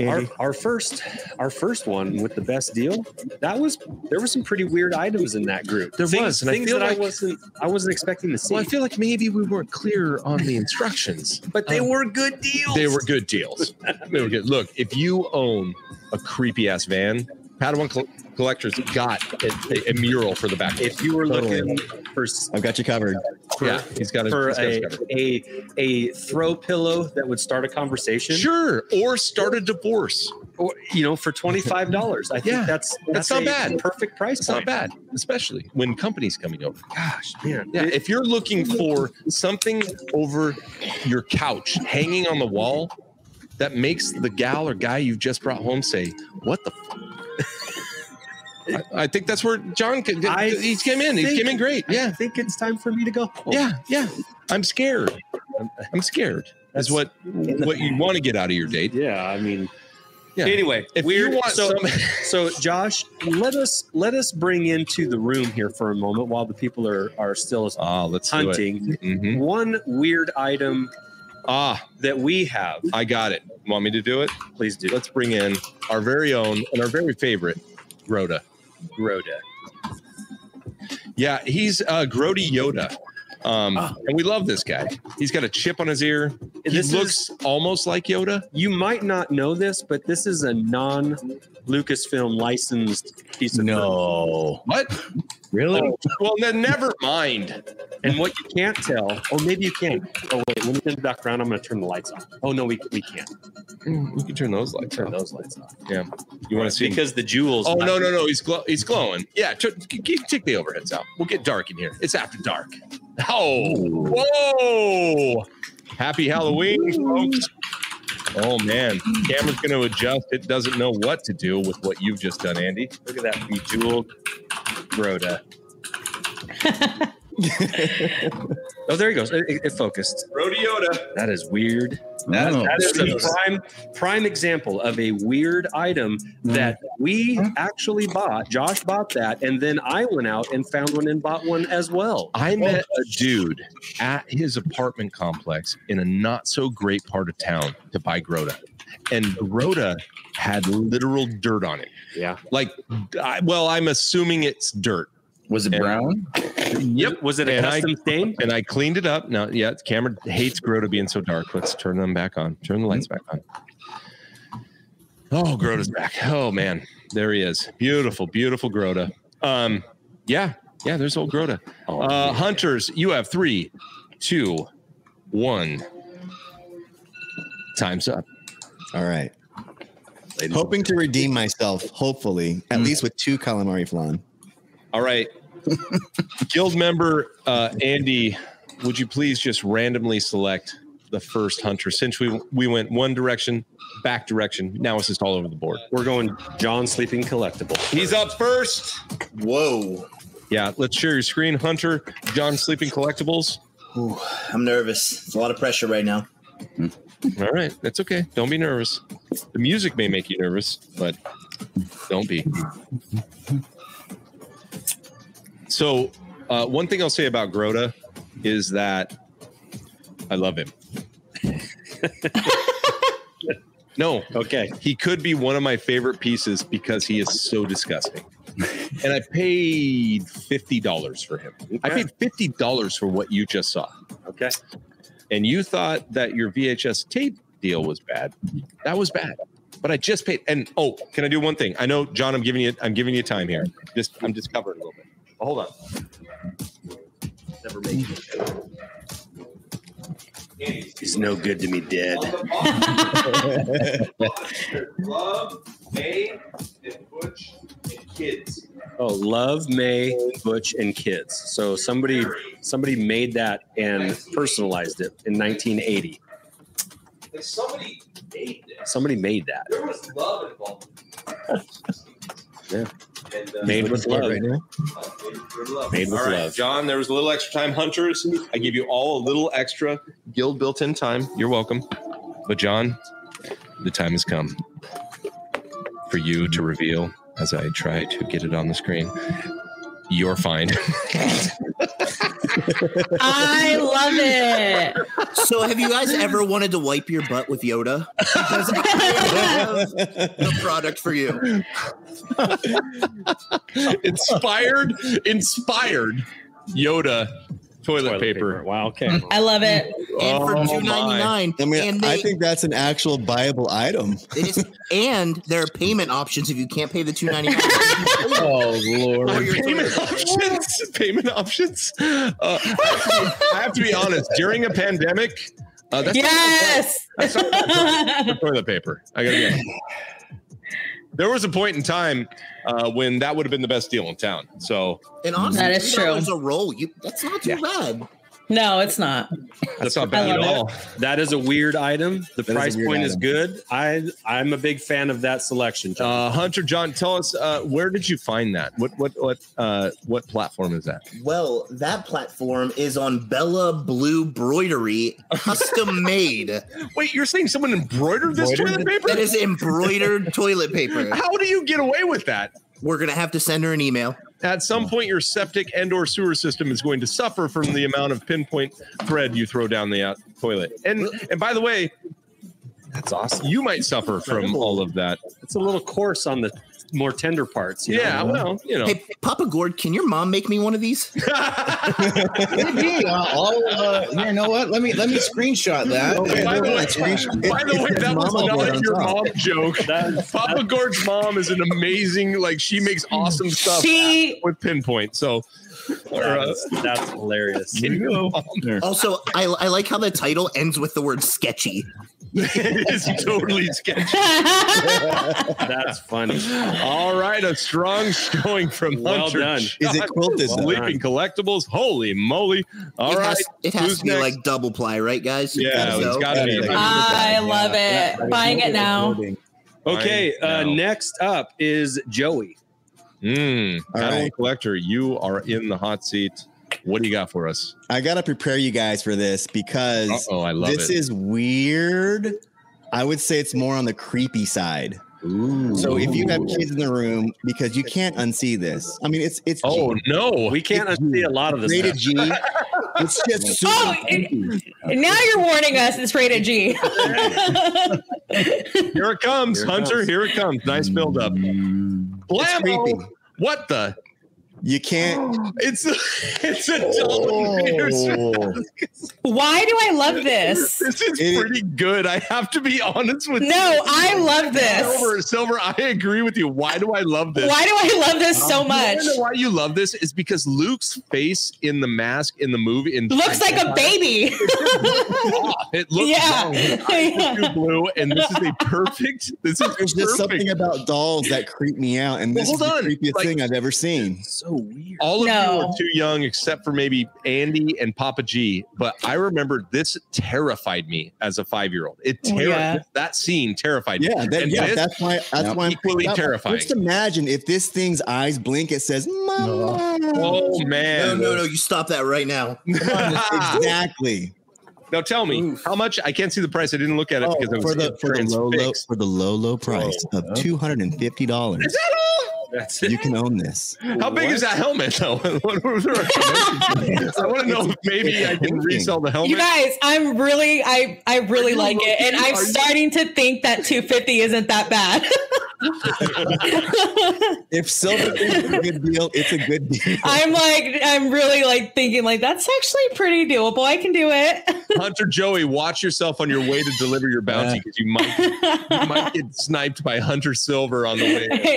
Speaker 2: our, our first, our first one with the best deal. That was there were some pretty weird items in that group.
Speaker 1: There
Speaker 2: things,
Speaker 1: was, and I
Speaker 2: things
Speaker 1: feel
Speaker 2: that
Speaker 1: like-
Speaker 2: I wasn't, I wasn't expecting to see.
Speaker 1: Well, I feel like maybe we weren't clear on the instructions, Um,
Speaker 2: but they were good deals.
Speaker 1: they were good deals. <laughs> They were good. Look, if you own a creepy ass van, Padawan Col- Collectors got a, a- a mural for the back.
Speaker 2: If you were
Speaker 5: Totally.
Speaker 2: looking for s-
Speaker 5: I've got you covered.
Speaker 2: for,
Speaker 1: yeah, he's got a,
Speaker 2: for
Speaker 1: he's got
Speaker 2: a,
Speaker 1: covered.
Speaker 2: a a throw pillow that would start a conversation,
Speaker 1: Sure, or start a divorce.
Speaker 2: or, you know, for twenty five dollars. I
Speaker 1: <laughs>
Speaker 2: think
Speaker 1: Yeah.
Speaker 2: that's
Speaker 1: That's not
Speaker 2: a
Speaker 1: bad.
Speaker 2: Perfect price.
Speaker 1: It's not
Speaker 2: point.
Speaker 1: bad, especially when companies coming over.
Speaker 2: Gosh, man.
Speaker 1: Yeah, if you're
Speaker 2: <laughs>
Speaker 1: looking for something over your couch hanging on the wall that makes the gal or guy you just brought home say, "What the." F-? I, I think that's where John could,
Speaker 2: I
Speaker 1: he came in. He
Speaker 2: think-
Speaker 1: came in great.
Speaker 2: I
Speaker 1: Yeah,
Speaker 2: <laughs> think it's time for me to go. home.
Speaker 1: yeah, yeah. I'm scared.
Speaker 2: I'm-
Speaker 1: I'm scared. That's what what you want to get out of your date.
Speaker 2: yeah, I mean.
Speaker 1: Yeah.
Speaker 2: Anyway,
Speaker 1: If
Speaker 2: weird.
Speaker 1: you want
Speaker 2: so,
Speaker 1: some,
Speaker 2: so Josh, let us let us bring into the room here for a moment while the people are are still
Speaker 1: ah, let's do
Speaker 2: hunting.
Speaker 1: it. Mhm.
Speaker 2: One weird item
Speaker 1: Ah,
Speaker 2: that we have.
Speaker 1: I got it. Want me to do it?
Speaker 2: Please do.
Speaker 1: Let's bring in our very own and our very favorite Rhoda.
Speaker 2: Rhoda.
Speaker 1: Yeah, he's uh, Grody Yoda. Um, and we love this guy. He's got a chip on his ear. He
Speaker 2: This
Speaker 1: looks almost like Yoda.
Speaker 2: You might not know this, but this is a non Lucasfilm licensed piece of
Speaker 3: No.
Speaker 1: What?
Speaker 3: Really?
Speaker 1: Well, then never mind.
Speaker 2: film. And what you can't tell, or maybe you can. Oh wait, when it's in the background, I'm going to turn the lights off. Oh no, we, we can't
Speaker 1: You Mm, can turn those lights
Speaker 2: turn
Speaker 1: off.
Speaker 2: those lights off
Speaker 1: You want to see?
Speaker 2: because the jewels.
Speaker 1: oh no, no, no! He's glow- he's glowing. Yeah, t- t- keep- take the overheads out. We'll get dark in here. It's after dark. Oh, whoa! Happy Halloween, folks! Oh man, camera's going to adjust. It doesn't know what to do with what you've just done, Andy.
Speaker 2: Look at that bejeweled Rhoda. oh, there he goes. It, it- it focused.
Speaker 1: Rhodeoda.
Speaker 2: That is weird.
Speaker 3: No.
Speaker 2: That
Speaker 1: Oh,
Speaker 2: is a prime prime example of a weird item
Speaker 1: Mm.
Speaker 2: that we actually bought. Josh bought that, and then I went out and found one and bought one as well.
Speaker 1: I met a dude at his apartment complex in a not so great part of town to buy Grota. And Grota had literal dirt on it.
Speaker 2: Yeah.
Speaker 1: Like, I, well, I'm assuming it's dirt.
Speaker 3: Was it brown?
Speaker 1: Yep.
Speaker 2: Was it a
Speaker 1: And I-
Speaker 2: custom stain?
Speaker 1: And I cleaned it up. Now, yeah, the camera hates Grota being so dark. Let's turn them back on. Turn the lights back on. Oh, Grota's back. Oh man, there he is. Beautiful, beautiful Grota. Um, yeah, yeah. There's old Grota. Uh, hunters, you have three, two, one. Time's up.
Speaker 5: All right. Hoping to redeem myself, hopefully,
Speaker 2: Hmm.
Speaker 5: at least with two calamari flan.
Speaker 1: All right, guild member uh, Andy, would you please just randomly select the first hunter? Since we we went one direction, back direction, now it's just all over the board.
Speaker 2: We're going John Sleeping Collectible.
Speaker 1: He's up first.
Speaker 6: Whoa.
Speaker 1: Yeah, let's share your screen, Hunter. John Sleeping Collectibles.
Speaker 6: Ooh, I'm nervous. It's a lot of pressure right now.
Speaker 1: All right, that's okay. Don't be nervous. The music may make you nervous, but don't be. So, uh, one thing I'll say about Grota is that I love him. <laughs> no,
Speaker 2: Okay.
Speaker 1: he could be one of my favorite pieces because he is so disgusting. and I paid fifty dollars for him. I paid fifty dollars for what you just saw
Speaker 2: Okay.
Speaker 1: and you thought that your VHS tape deal was bad, that was bad. But I just paid. And oh, can I do one thing? I know, John, I'm giving you, I'm giving you time here. Just, I'm just covering a little bit. But hold on.
Speaker 2: Never make it. He's no good to me dead.
Speaker 1: Love, May, and Butch, and kids.
Speaker 2: Oh, love May, Butch, and kids. So somebody somebody made that and personalized it in 1980.
Speaker 1: Like somebody made this.
Speaker 2: Somebody made that.
Speaker 1: There was love involved.
Speaker 2: Yeah.
Speaker 1: And, uh,
Speaker 2: Made with love.
Speaker 5: Right now.
Speaker 2: Made with
Speaker 1: All right,
Speaker 2: love.
Speaker 1: John, there was a little extra time. Hunters, I give you all a little extra guild built in time. You're welcome. But, John, the time has come for you to reveal, as I try to get it on the screen, your find.
Speaker 4: I love it.
Speaker 6: So, have you guys ever wanted to wipe your butt with Yoda? Because I have the product for you.
Speaker 1: <laughs> inspired, inspired Yoda toilet, paper. Hmm.
Speaker 2: Wow. Okay.
Speaker 4: I love it.
Speaker 6: And for
Speaker 1: Oh,
Speaker 6: two ninety nine,
Speaker 5: I mean,
Speaker 6: and they,
Speaker 5: I think that's an actual viable item.
Speaker 6: it is, and there are payment options if you can't pay the two ninety
Speaker 5: <laughs>
Speaker 6: nine.
Speaker 3: Oh
Speaker 6: Or
Speaker 3: lord.
Speaker 6: your <laughs>
Speaker 1: Payment
Speaker 6: toilet paper.
Speaker 1: options. Payment options. Uh, I, have to be, I have to be honest. During a pandemic, uh, that's
Speaker 4: Yes.
Speaker 1: That's not- toilet paper. I gotta get. There was a point in time uh, when that would have been the best deal in town. So
Speaker 6: And honestly,
Speaker 4: That is
Speaker 6: $3 a roll. You that's not too bad.
Speaker 4: <laughs> No, it's not.
Speaker 1: That's not
Speaker 4: I
Speaker 1: bad at
Speaker 4: love it.
Speaker 1: all.
Speaker 2: That is a weird item. The
Speaker 5: That is a
Speaker 2: price
Speaker 5: weird
Speaker 2: point is
Speaker 5: item.
Speaker 2: good. I I'm a big fan of that selection. John.
Speaker 1: Uh, Hunter John, tell us uh, where did you find that? What what what uh, what platform is that?
Speaker 6: Well, that platform is on Bella Blue Broidery, custom <laughs> made.
Speaker 1: Wait, you're saying someone embroidered this toilet paper?
Speaker 6: That is embroidered toilet paper.
Speaker 1: How do you get away with that?
Speaker 6: We're gonna have to send her an email.
Speaker 1: At some point, your septic and/or sewer system is going to suffer from the amount of pinpoint thread you throw down the uh, toilet. And and by the way, Oh, that's awesome. You might suffer from all of that.
Speaker 2: it's a little coarse on the more tender parts. you
Speaker 1: Yeah,
Speaker 2: know?
Speaker 1: well, you know.
Speaker 6: Hey, Papa Gord, can your mom make me one of these?
Speaker 3: Maybe uh, I'll, uh, you know what? Let me let me screenshot that.
Speaker 5: Okay.
Speaker 1: By the way,
Speaker 5: It's screenshot.
Speaker 1: by the
Speaker 5: It-
Speaker 1: way,
Speaker 5: it
Speaker 1: that
Speaker 5: says
Speaker 1: was
Speaker 5: Mama Gord
Speaker 1: not
Speaker 5: on
Speaker 1: your
Speaker 5: top.
Speaker 1: mom joke. Papa Gord's mom is an amazing, like she makes awesome stuff
Speaker 4: She
Speaker 1: with pinpoint. So, <laughs> or, uh,
Speaker 2: that's,
Speaker 1: <laughs>
Speaker 2: that's hilarious.
Speaker 1: can you go?
Speaker 6: Also, I, I like how the title ends with the word sketchy.
Speaker 1: it is totally
Speaker 4: <laughs>
Speaker 1: sketchy.
Speaker 2: That's funny.
Speaker 1: All right, a strong showing from
Speaker 2: Well
Speaker 1: Hunter.
Speaker 2: done.
Speaker 5: Is it
Speaker 1: John.
Speaker 5: quilted? though?
Speaker 1: Sleeping collectibles. Holy moly! All
Speaker 6: it
Speaker 1: right,
Speaker 6: has, it has
Speaker 1: who's
Speaker 6: to be
Speaker 1: next?
Speaker 6: like double ply, right, guys?
Speaker 1: Yeah,
Speaker 6: Think
Speaker 1: it's
Speaker 6: so?
Speaker 1: got to be.
Speaker 5: Yeah.
Speaker 4: I love
Speaker 5: Yeah.
Speaker 4: it. Buying it now.
Speaker 2: Okay,
Speaker 1: Fine.
Speaker 2: uh,
Speaker 1: No.
Speaker 2: next up is Joey.
Speaker 1: Mm,
Speaker 5: All
Speaker 1: Battle
Speaker 5: right.
Speaker 1: collector, you are in the hot seat. What do you got for us?
Speaker 5: I gotta prepare you guys for this because
Speaker 1: Oh, I love
Speaker 5: this
Speaker 1: it.
Speaker 5: is weird. I would say it's more on the creepy side.
Speaker 1: Ooh.
Speaker 5: So if you have kids in the room, because you can't unsee this. I mean, it's it's
Speaker 1: oh
Speaker 5: G,
Speaker 1: no,
Speaker 2: We can't unsee a lot of this.
Speaker 5: rated
Speaker 2: stuff.
Speaker 5: G. It's
Speaker 1: <laughs>
Speaker 5: just super
Speaker 4: Oh,
Speaker 5: creepy.
Speaker 4: Now you're warning us. It's rated G.
Speaker 1: Here it comes,
Speaker 2: Here it
Speaker 1: Hunter.
Speaker 2: comes.
Speaker 1: Here it comes. Nice build up.
Speaker 5: It's creepy.
Speaker 1: Blammo. What the?
Speaker 5: You can't.
Speaker 1: It's <laughs> a, it's a <laughs>
Speaker 5: Oh.
Speaker 1: Dalton Peterson.
Speaker 4: Why do I love this?
Speaker 1: This is
Speaker 5: It-
Speaker 1: pretty good. I have to be honest with you.
Speaker 4: No, I love this.
Speaker 1: Silver, Silver, I agree with you. Why do I love this?
Speaker 4: Why do I love this so much?
Speaker 1: Um, You wanna know why you love this is because Luke's face in the mask in the movie in
Speaker 4: Looks like a baby.
Speaker 1: It looks
Speaker 4: <laughs> Yeah.
Speaker 1: wrong. Too blue, and this is
Speaker 4: <laughs>
Speaker 1: a perfect. This is
Speaker 5: There's
Speaker 1: perfect.
Speaker 5: just something about dolls that creep me out, and
Speaker 1: Well,
Speaker 5: this
Speaker 1: hold on.
Speaker 5: is the creepiest
Speaker 1: Like-
Speaker 5: thing I've ever seen.
Speaker 2: So weird.
Speaker 1: All of you
Speaker 4: No.
Speaker 1: are too young, except for maybe Andy and Papa G. But I remember this terrified me as a five-year-old. It terri-
Speaker 4: Oh, Yeah.
Speaker 1: that scene terrified me.
Speaker 5: Yeah, that,
Speaker 1: And
Speaker 5: yeah
Speaker 1: this-
Speaker 5: that's why. That's
Speaker 1: Yep.
Speaker 5: why I'm
Speaker 1: Equally
Speaker 5: creeped out.
Speaker 1: terrifying.
Speaker 5: Just imagine if this thing's eyes blink, it says "Mama."
Speaker 1: Oh
Speaker 6: No,
Speaker 1: man!
Speaker 6: no, no, you stop that right now.
Speaker 1: <laughs>
Speaker 5: Exactly.
Speaker 1: now tell me how much? I can't see the price. I didn't look at it
Speaker 5: Oh,
Speaker 1: because I was
Speaker 5: for the for the low, low
Speaker 1: transfixed.
Speaker 5: for the low low price of two hundred and fifty dollars.
Speaker 1: Is that all?
Speaker 2: That's
Speaker 5: You can own <laughs> this.
Speaker 1: How big is that helmet though? <laughs> What were their recommendations? I want to know if maybe I can resell the
Speaker 4: You
Speaker 1: helmet.
Speaker 4: guys, I'm really, I, I really like it, and I'm starting to think that 250 isn't that bad. <laughs>
Speaker 1: Oh.
Speaker 5: If silver is a good deal, it's a good deal.
Speaker 4: I'm like, I'm really like thinking like that's actually pretty doable. I can do it.
Speaker 1: Hunter Joey, watch yourself on your way to deliver your bounty because you might you might get sniped by Hunter Silver on the
Speaker 4: <laughs>
Speaker 1: way.
Speaker 5: uh,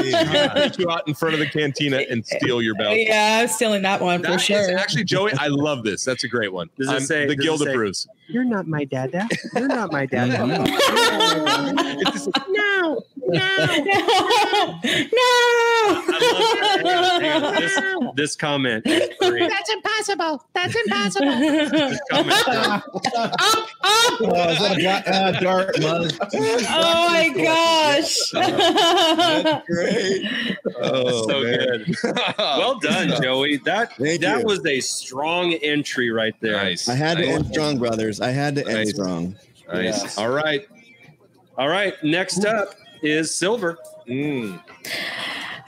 Speaker 5: <laughs>
Speaker 4: yeah,
Speaker 1: Put you out in front of the cantina and steal your bounty.
Speaker 4: <laughs> yeah, I'm stealing that one
Speaker 1: That
Speaker 4: for
Speaker 1: is-
Speaker 4: sure.
Speaker 1: actually, Joey, I love this. That's a great one.
Speaker 2: Does it
Speaker 1: I'm-
Speaker 2: say-
Speaker 1: the
Speaker 2: does it
Speaker 1: Guild
Speaker 2: say-
Speaker 1: approves.
Speaker 7: You're not my dada. You're not my dada.
Speaker 4: no, <laughs> no, no.
Speaker 2: this, <laughs> this comment is great.
Speaker 7: That's impossible. That's impossible.
Speaker 2: <laughs> Comment.
Speaker 4: up, up.
Speaker 3: Oh, is that a black, uh, dark
Speaker 5: <laughs>
Speaker 3: mug?
Speaker 4: Oh my gosh.
Speaker 5: Great.
Speaker 1: Oh,
Speaker 2: so Oh, good. Well done, Joey. That
Speaker 5: Thank
Speaker 2: that
Speaker 5: you.
Speaker 2: was a strong entry right there.
Speaker 1: Nice.
Speaker 5: I had to
Speaker 1: nice.
Speaker 5: end strong, brothers. I had to end
Speaker 1: Nice.
Speaker 5: strong.
Speaker 1: nice. All right.
Speaker 2: All right, next up is Silver.
Speaker 1: Mm.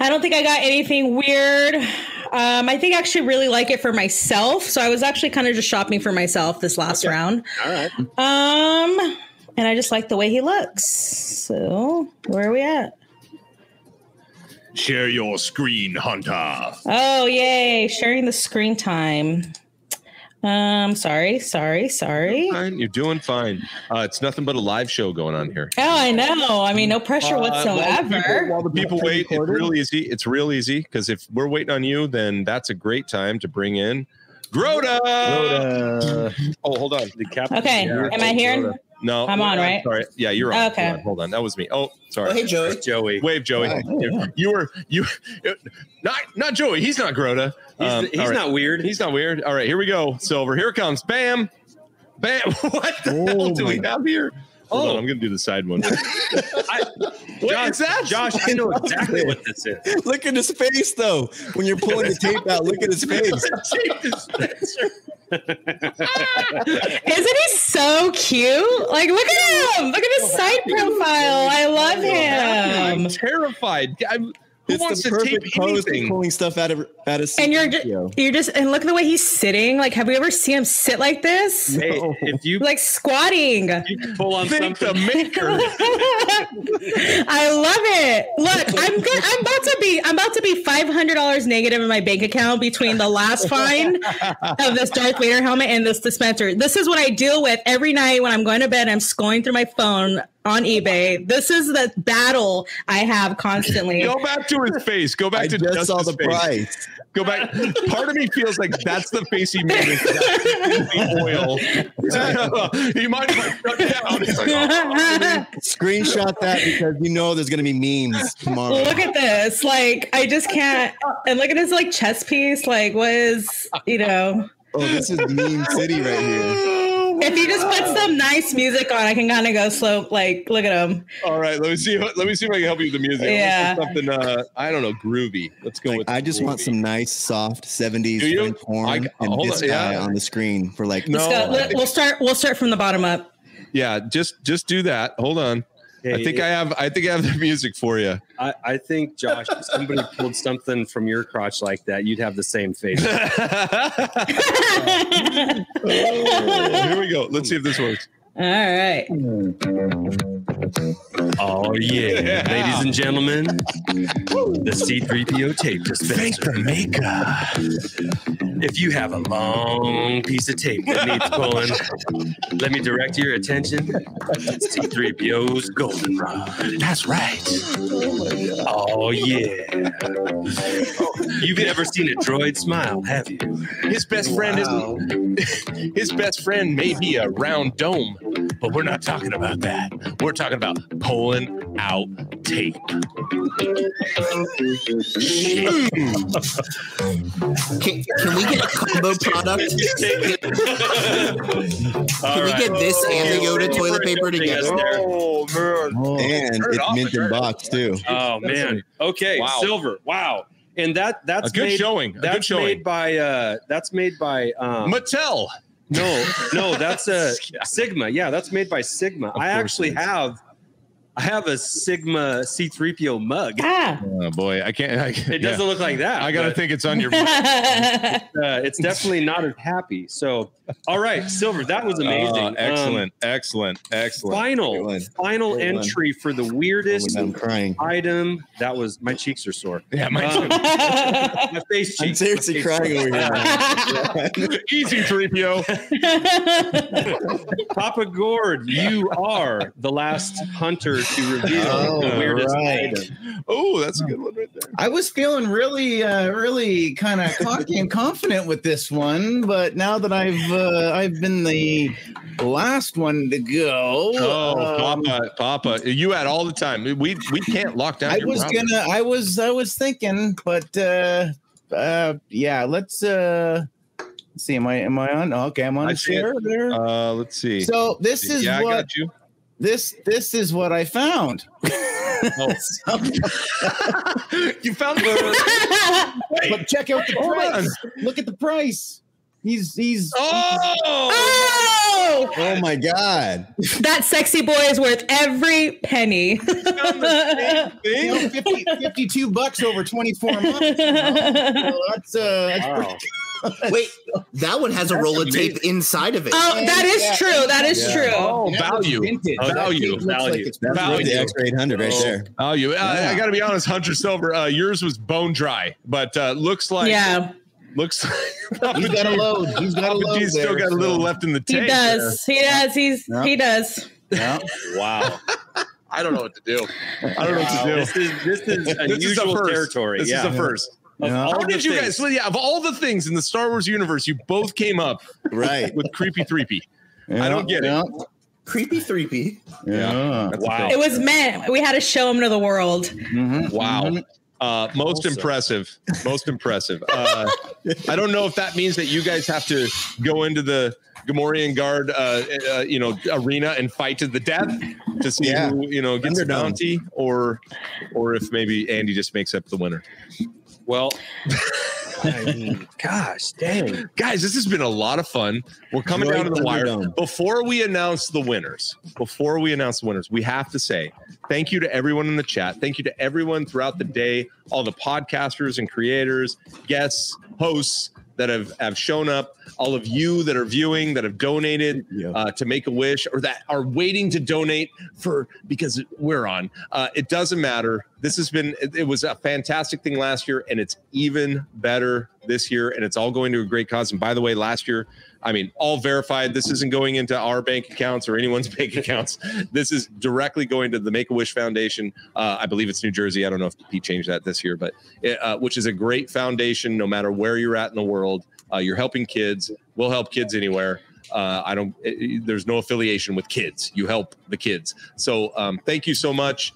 Speaker 4: I don't think I got anything weird. Um, I think I actually really like it for myself. So I was actually kind of just shopping for myself this last round.
Speaker 2: All right.
Speaker 4: Um, and I just like the way he looks. So where are we at?
Speaker 1: Share your screen, Hunter.
Speaker 4: Oh, yay. Sharing the screen time. Um, sorry, sorry, sorry. Oh,
Speaker 1: Fine. You're doing fine. Uh, it's nothing but a live show going on here.
Speaker 4: Oh, I know. I mean, no pressure
Speaker 1: Uh, While the people,
Speaker 4: whatsoever.
Speaker 1: while the people wait, it's real easy. It's real easy because if we're waiting on you, then that's a great time to bring in Grota.
Speaker 3: Rhoda.
Speaker 1: Oh, hold on.
Speaker 2: The captain.
Speaker 4: Okay.
Speaker 2: Yeah.
Speaker 4: Am I here?
Speaker 1: No,
Speaker 4: I'm on, right?
Speaker 1: Sorry, yeah, you're on.
Speaker 4: Okay.
Speaker 1: Hold on, hold on. that was me. Oh, sorry.
Speaker 6: Oh, hey, Joey.
Speaker 2: Joey.
Speaker 1: Wave, Joey.
Speaker 5: Oh,
Speaker 1: You were you, not not Joey. He's not Grota.
Speaker 2: He's,
Speaker 1: Um,
Speaker 2: he's
Speaker 1: all right.
Speaker 2: not weird.
Speaker 1: He's not weird. All right, here we go. Silver. Here it comes. Bam, bam. <laughs> What the
Speaker 5: Oh
Speaker 1: hell do we
Speaker 5: my-
Speaker 1: have here? Hold
Speaker 2: Oh.
Speaker 1: on, I'm gonna do the side one.
Speaker 2: I,
Speaker 1: What is that?
Speaker 2: Josh, I know exactly what this <laughs> is.
Speaker 5: Look at his face though. When you're pulling the tape out, look at his face.
Speaker 4: Isn't he so cute? Like, look at him. Look at his side profile. I love
Speaker 1: I'm
Speaker 4: him.
Speaker 1: terrified. I'm, who
Speaker 5: It's
Speaker 1: wants
Speaker 5: the
Speaker 1: to tape
Speaker 5: perfect pose for
Speaker 1: anything?
Speaker 5: pulling stuff out of out of.
Speaker 4: And you're just,
Speaker 5: Yo.
Speaker 4: you're just, and look at the way he's sitting. Like, have we ever seen him sit like this?
Speaker 2: Hey, if you
Speaker 4: Like squatting.
Speaker 2: you can pull on
Speaker 1: Think the
Speaker 2: something,
Speaker 5: <laughs>
Speaker 1: maker.
Speaker 4: I love it. Look, I'm good. I'm about to be. I'm about to be five hundred dollars negative in my bank account between the last fine of this Darth Vader helmet and this dispenser. This is what I deal with every night when I'm going to bed. I'm scrolling through my phone on eBay. This is the battle I have constantly. <laughs>
Speaker 1: Go back to his face. Go back
Speaker 5: I
Speaker 1: to
Speaker 5: just saw the
Speaker 1: Justice's face.
Speaker 5: price.
Speaker 1: Go back. Part of me feels like that's the face he made with
Speaker 5: <laughs>
Speaker 1: the oil. <laughs> he might have shut down. He's like, "Oh."
Speaker 5: Screenshot that because you know there's gonna be memes tomorrow.
Speaker 4: Look at this. Like I just can't. And look at this like chess piece. Like was you know.
Speaker 5: oh, this is meme city right here.
Speaker 4: If he just puts some nice music on, I can kind of go slow. Like, look at him.
Speaker 1: All right, let me see. what- Let me see if I can help you with the music.
Speaker 4: Yeah.
Speaker 1: Let's do Something. Uh, I don't know. Groovy. Let's go with.
Speaker 5: I just want
Speaker 1: groovy.
Speaker 5: some nice, soft '70s
Speaker 1: Do you?
Speaker 5: French horn
Speaker 1: I- oh,
Speaker 5: and
Speaker 1: hold
Speaker 5: this
Speaker 1: on, yeah.
Speaker 5: guy on the screen for like.
Speaker 1: No.
Speaker 4: Let's go. Let- We'll start. We'll start from the bottom up. <laughs>
Speaker 1: Yeah. Just just do that. Hold on. I think I have. I think I have the music for <laughs> you.
Speaker 2: I, I think Josh, if somebody pulled something from your crotch like that, you'd have the same face.
Speaker 1: Here
Speaker 4: All
Speaker 1: we go. Let's see if this works.
Speaker 4: right.
Speaker 1: <laughs>
Speaker 2: Oh yeah, ladies and gentlemen, the C3PO tape dispenser. If you have a long piece of tape that needs pulling, let me direct your attention to C3PO's goldenrod. That's right. Oh yeah. You've never seen a droid smile, have you?
Speaker 1: His best friend isn't. <laughs> His best friend may be a round dome, but we're not talking about that. We're talking about pulling out tape.
Speaker 6: Can, can we get a combo product? Can we get this and the Yoda toilet paper together?
Speaker 1: Oh man! Turn
Speaker 5: and
Speaker 1: it
Speaker 5: it's
Speaker 1: off,
Speaker 5: mint
Speaker 1: turn
Speaker 5: in
Speaker 1: it
Speaker 5: box too.
Speaker 2: Oh man. Okay,
Speaker 1: Wow.
Speaker 2: silver. Wow. And that
Speaker 1: A
Speaker 2: that's
Speaker 1: good
Speaker 2: made,
Speaker 1: showing. A
Speaker 2: that's
Speaker 1: good showing.
Speaker 2: made by uh that's made by um
Speaker 1: Mattel.
Speaker 2: no no that's a
Speaker 1: <laughs> Yeah.
Speaker 2: Sigma. Yeah, that's made by Sigma. I
Speaker 1: course
Speaker 2: actually
Speaker 1: it is.
Speaker 2: have I have a Sigma C3PO
Speaker 1: <laughs>
Speaker 2: mug.
Speaker 4: Ah. <laughs>
Speaker 1: Oh boy, I can't. I,
Speaker 2: It doesn't look like that.
Speaker 1: I gotta
Speaker 2: but,
Speaker 1: think it's
Speaker 2: <laughs>
Speaker 1: on your.
Speaker 2: uh, it's definitely not as happy. So all right, silver, that was
Speaker 1: <laughs>
Speaker 2: amazing.
Speaker 1: Uh,
Speaker 2: Um,
Speaker 1: excellent, excellent, excellent.
Speaker 2: Final,
Speaker 5: Great one.
Speaker 2: final
Speaker 5: Great one.
Speaker 2: entry for the
Speaker 5: Oh,
Speaker 2: weirdest
Speaker 3: <laughs>
Speaker 5: I'm crying.
Speaker 2: item. That was my cheeks are sore.
Speaker 1: Yeah, my
Speaker 2: Um, my face
Speaker 5: I'm
Speaker 2: cheeks.
Speaker 5: seriously crying over
Speaker 2: <laughs>
Speaker 5: here. man.
Speaker 1: easy three PO.
Speaker 2: Papa Gord, you are the last hunter to reveal the weirdest
Speaker 3: Oh, right.
Speaker 2: item.
Speaker 1: Oh, that's a good one right there.
Speaker 3: I was feeling really, uh, really kind of cocky and confident with this one, but now that I've uh, I've been the last one to go.
Speaker 1: Oh,
Speaker 3: um,
Speaker 1: Papa, Papa, you had all the time. We we can't lock down.
Speaker 3: I
Speaker 1: your
Speaker 3: was
Speaker 1: property.
Speaker 3: gonna, I was, I was thinking, but uh, uh, yeah, let's uh, let's see. Am I, am I on? Oh, okay, I'm
Speaker 1: I
Speaker 3: on
Speaker 1: see it.
Speaker 3: share there.
Speaker 1: Uh, let's see.
Speaker 3: so this is
Speaker 1: yeah, I
Speaker 3: what
Speaker 1: got you.
Speaker 3: this this is what I found.
Speaker 1: Oh.
Speaker 3: <laughs>
Speaker 1: You found the.
Speaker 3: But check out the
Speaker 1: Hold
Speaker 3: price. Look at the price. He's he's
Speaker 1: <laughs> oh,
Speaker 4: oh,
Speaker 5: Oh my god!
Speaker 4: that sexy boy is worth every penny. <laughs>
Speaker 3: you know, 50, 52 bucks over
Speaker 1: <laughs>
Speaker 3: 24 months. you know? So that's uh that's
Speaker 2: Wow.
Speaker 6: Wait, that one has a roll of tape inside of it.
Speaker 4: Oh, that is true. That is
Speaker 5: Yeah.
Speaker 4: true.
Speaker 1: oh,
Speaker 3: Yeah,
Speaker 1: value,
Speaker 3: vintage.
Speaker 2: Oh,
Speaker 1: value,
Speaker 3: Looks like
Speaker 2: value.
Speaker 3: it's
Speaker 5: That's
Speaker 1: Value. Oh.
Speaker 5: worth the extra 800 right there.
Speaker 1: value. uh, I, I
Speaker 3: Yeah.
Speaker 1: got to be honest, Hunter Silver. Uh, yours was bone dry, but uh, looks like
Speaker 4: yeah,
Speaker 1: looks. Like
Speaker 3: He's got a load.
Speaker 1: <laughs>
Speaker 3: He's got a
Speaker 1: Papa
Speaker 3: load.
Speaker 1: G's
Speaker 3: there,
Speaker 1: still got a little
Speaker 3: so-
Speaker 1: left in the
Speaker 4: he
Speaker 1: tank.
Speaker 4: does. He does. He's
Speaker 3: Yeah.
Speaker 4: he does.
Speaker 3: Yeah.
Speaker 2: Wow.
Speaker 1: I don't know what to do. I don't know what to do.
Speaker 2: This
Speaker 1: <laughs>
Speaker 2: is this is unusual
Speaker 1: a first.
Speaker 2: territory.
Speaker 1: This
Speaker 2: yeah.
Speaker 1: is a first.
Speaker 2: Of
Speaker 3: Yeah.
Speaker 2: all
Speaker 1: How
Speaker 2: the
Speaker 1: did you guys?
Speaker 2: things-
Speaker 1: Yeah, of all the things in the Star Wars universe, you both came up
Speaker 5: Right.
Speaker 1: with creepy threepy.
Speaker 3: Yeah,
Speaker 1: I don't get it.
Speaker 3: yeah.
Speaker 6: Creepy threepy.
Speaker 1: Yeah. That's a
Speaker 2: Wow.
Speaker 1: thing.
Speaker 4: It was meant. We had to show him to the world. <laughs>
Speaker 3: Mhm.
Speaker 1: Wow.
Speaker 3: Mhm.
Speaker 1: Uh, most
Speaker 2: Also.
Speaker 1: impressive. Most impressive. Uh, I don't know if that means that you guys have to go into the Gamorrean Guard, uh, uh, you know, arena and fight to the death to see
Speaker 5: Yeah.
Speaker 1: who you know gets the
Speaker 5: Thunderdome.
Speaker 1: bounty, or or if maybe Andy just makes up the winner.
Speaker 2: Well, I mean, gosh, dang.
Speaker 1: Guys, this has been a lot of fun. We're coming
Speaker 5: Great
Speaker 1: down to the wire.
Speaker 5: Thunderdome.
Speaker 1: Before we announce the winners, before we announce the winners, we have to say thank you to everyone in the chat. Thank you to everyone throughout the day, all the podcasters and creators, guests, hosts that have, have shown up, all of you that are viewing, that have donated
Speaker 5: Yeah.
Speaker 1: uh, to make a wish, or that are waiting to donate for because we're on. Uh, it doesn't matter. This has been, it, it was a fantastic thing last year, and it's even better this year, and it's all going to a great cause. And by the way, last year, I mean, all verified. This isn't going into our bank accounts or anyone's <laughs> bank accounts. This is directly going to the Make a Wish Foundation. Uh, I believe it's New Jersey. I don't know if he changed that this year, but it, uh, which is a great foundation. No matter where you're at in the world, uh, you're helping kids. We'll help kids anywhere. Uh, I don't. it- it- there's no affiliation with kids. You help the kids. So um, thank you so much.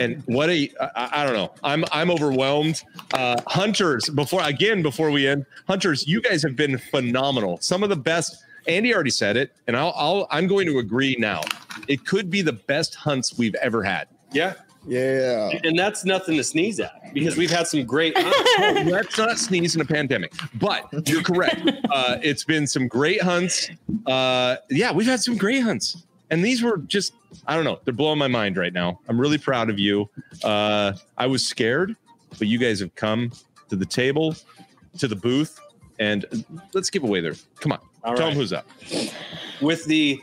Speaker 1: And what a I, I don't know. I'm I'm overwhelmed. Uh, hunters, before again before we end, hunters, you guys have been phenomenal. Some of the best. Andy already said it, and I'll, I'll I'm going to agree now. It could be the best hunts we've ever had.
Speaker 2: Yeah.
Speaker 5: Yeah.
Speaker 2: And that's nothing to sneeze at because we've had some great.
Speaker 1: <laughs>
Speaker 2: hunts.
Speaker 1: Let's not sneeze in a pandemic. But you're correct. Uh, it's been some great hunts. Uh, yeah, we've had some great hunts, and these were just I don't know. They're blowing my mind right now. I'm really proud of you. Uh, I was scared, but you guys have come to the table, to the booth, and let's give away there. Come on,
Speaker 2: All
Speaker 1: tell
Speaker 2: right.
Speaker 1: them who's up.
Speaker 2: with the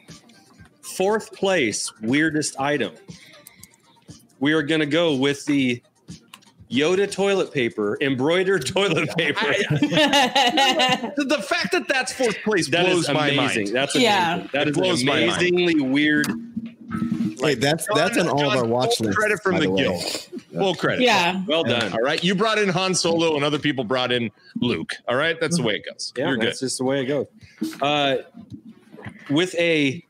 Speaker 2: fourth place weirdest item. We are going to go with the Yoda toilet paper, embroidered <laughs> toilet paper.
Speaker 4: yeah.
Speaker 1: The, the fact that that's fourth place
Speaker 2: that
Speaker 1: blows
Speaker 2: is amazing.
Speaker 1: my mind.
Speaker 2: That's amazing.
Speaker 4: Yeah.
Speaker 2: That
Speaker 1: It
Speaker 2: is
Speaker 1: blows
Speaker 2: an
Speaker 1: my mind.
Speaker 2: amazingly weird.
Speaker 5: Wait, that's that's on all of our watch
Speaker 1: full
Speaker 5: lists.
Speaker 1: Credit from
Speaker 5: by
Speaker 1: the
Speaker 5: way.
Speaker 1: guild. Full credit.
Speaker 2: Well done.
Speaker 1: All right. You brought in Han Solo and other people brought in Luke. All right. That's the way it goes.
Speaker 2: Mm-hmm. Yeah,
Speaker 1: You're good.
Speaker 2: that's just the way it goes. Uh, with a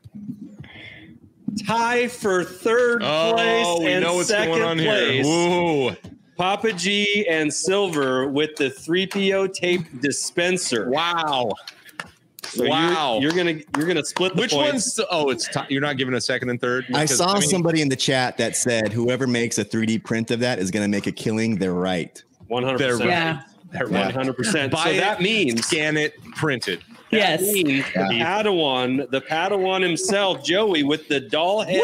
Speaker 2: tie for third place
Speaker 1: Oh, we
Speaker 2: and
Speaker 1: know what's
Speaker 2: second
Speaker 1: going on here.
Speaker 2: place,
Speaker 1: Whoa.
Speaker 2: Papa G and Silver with the three PO tape dispenser.
Speaker 1: Wow.
Speaker 2: So you're-
Speaker 1: wow.
Speaker 2: You're, gonna you're gonna split the
Speaker 1: Which
Speaker 2: points.
Speaker 1: one's oh, it's t- you're not giving a second and third.
Speaker 5: I
Speaker 1: Because,
Speaker 5: saw
Speaker 1: mean,
Speaker 5: somebody in the chat that said whoever makes a 3D print of that is going to make a killing. They're right.
Speaker 2: One hundred
Speaker 1: They're
Speaker 2: percent.
Speaker 4: Yeah.
Speaker 1: they're
Speaker 2: One
Speaker 1: right.
Speaker 2: hundred percent. So
Speaker 1: Buy it.
Speaker 2: that means
Speaker 1: scan it, print it.
Speaker 4: Yes.
Speaker 2: That means the Padawan, the Padawan himself, Joey, with the doll head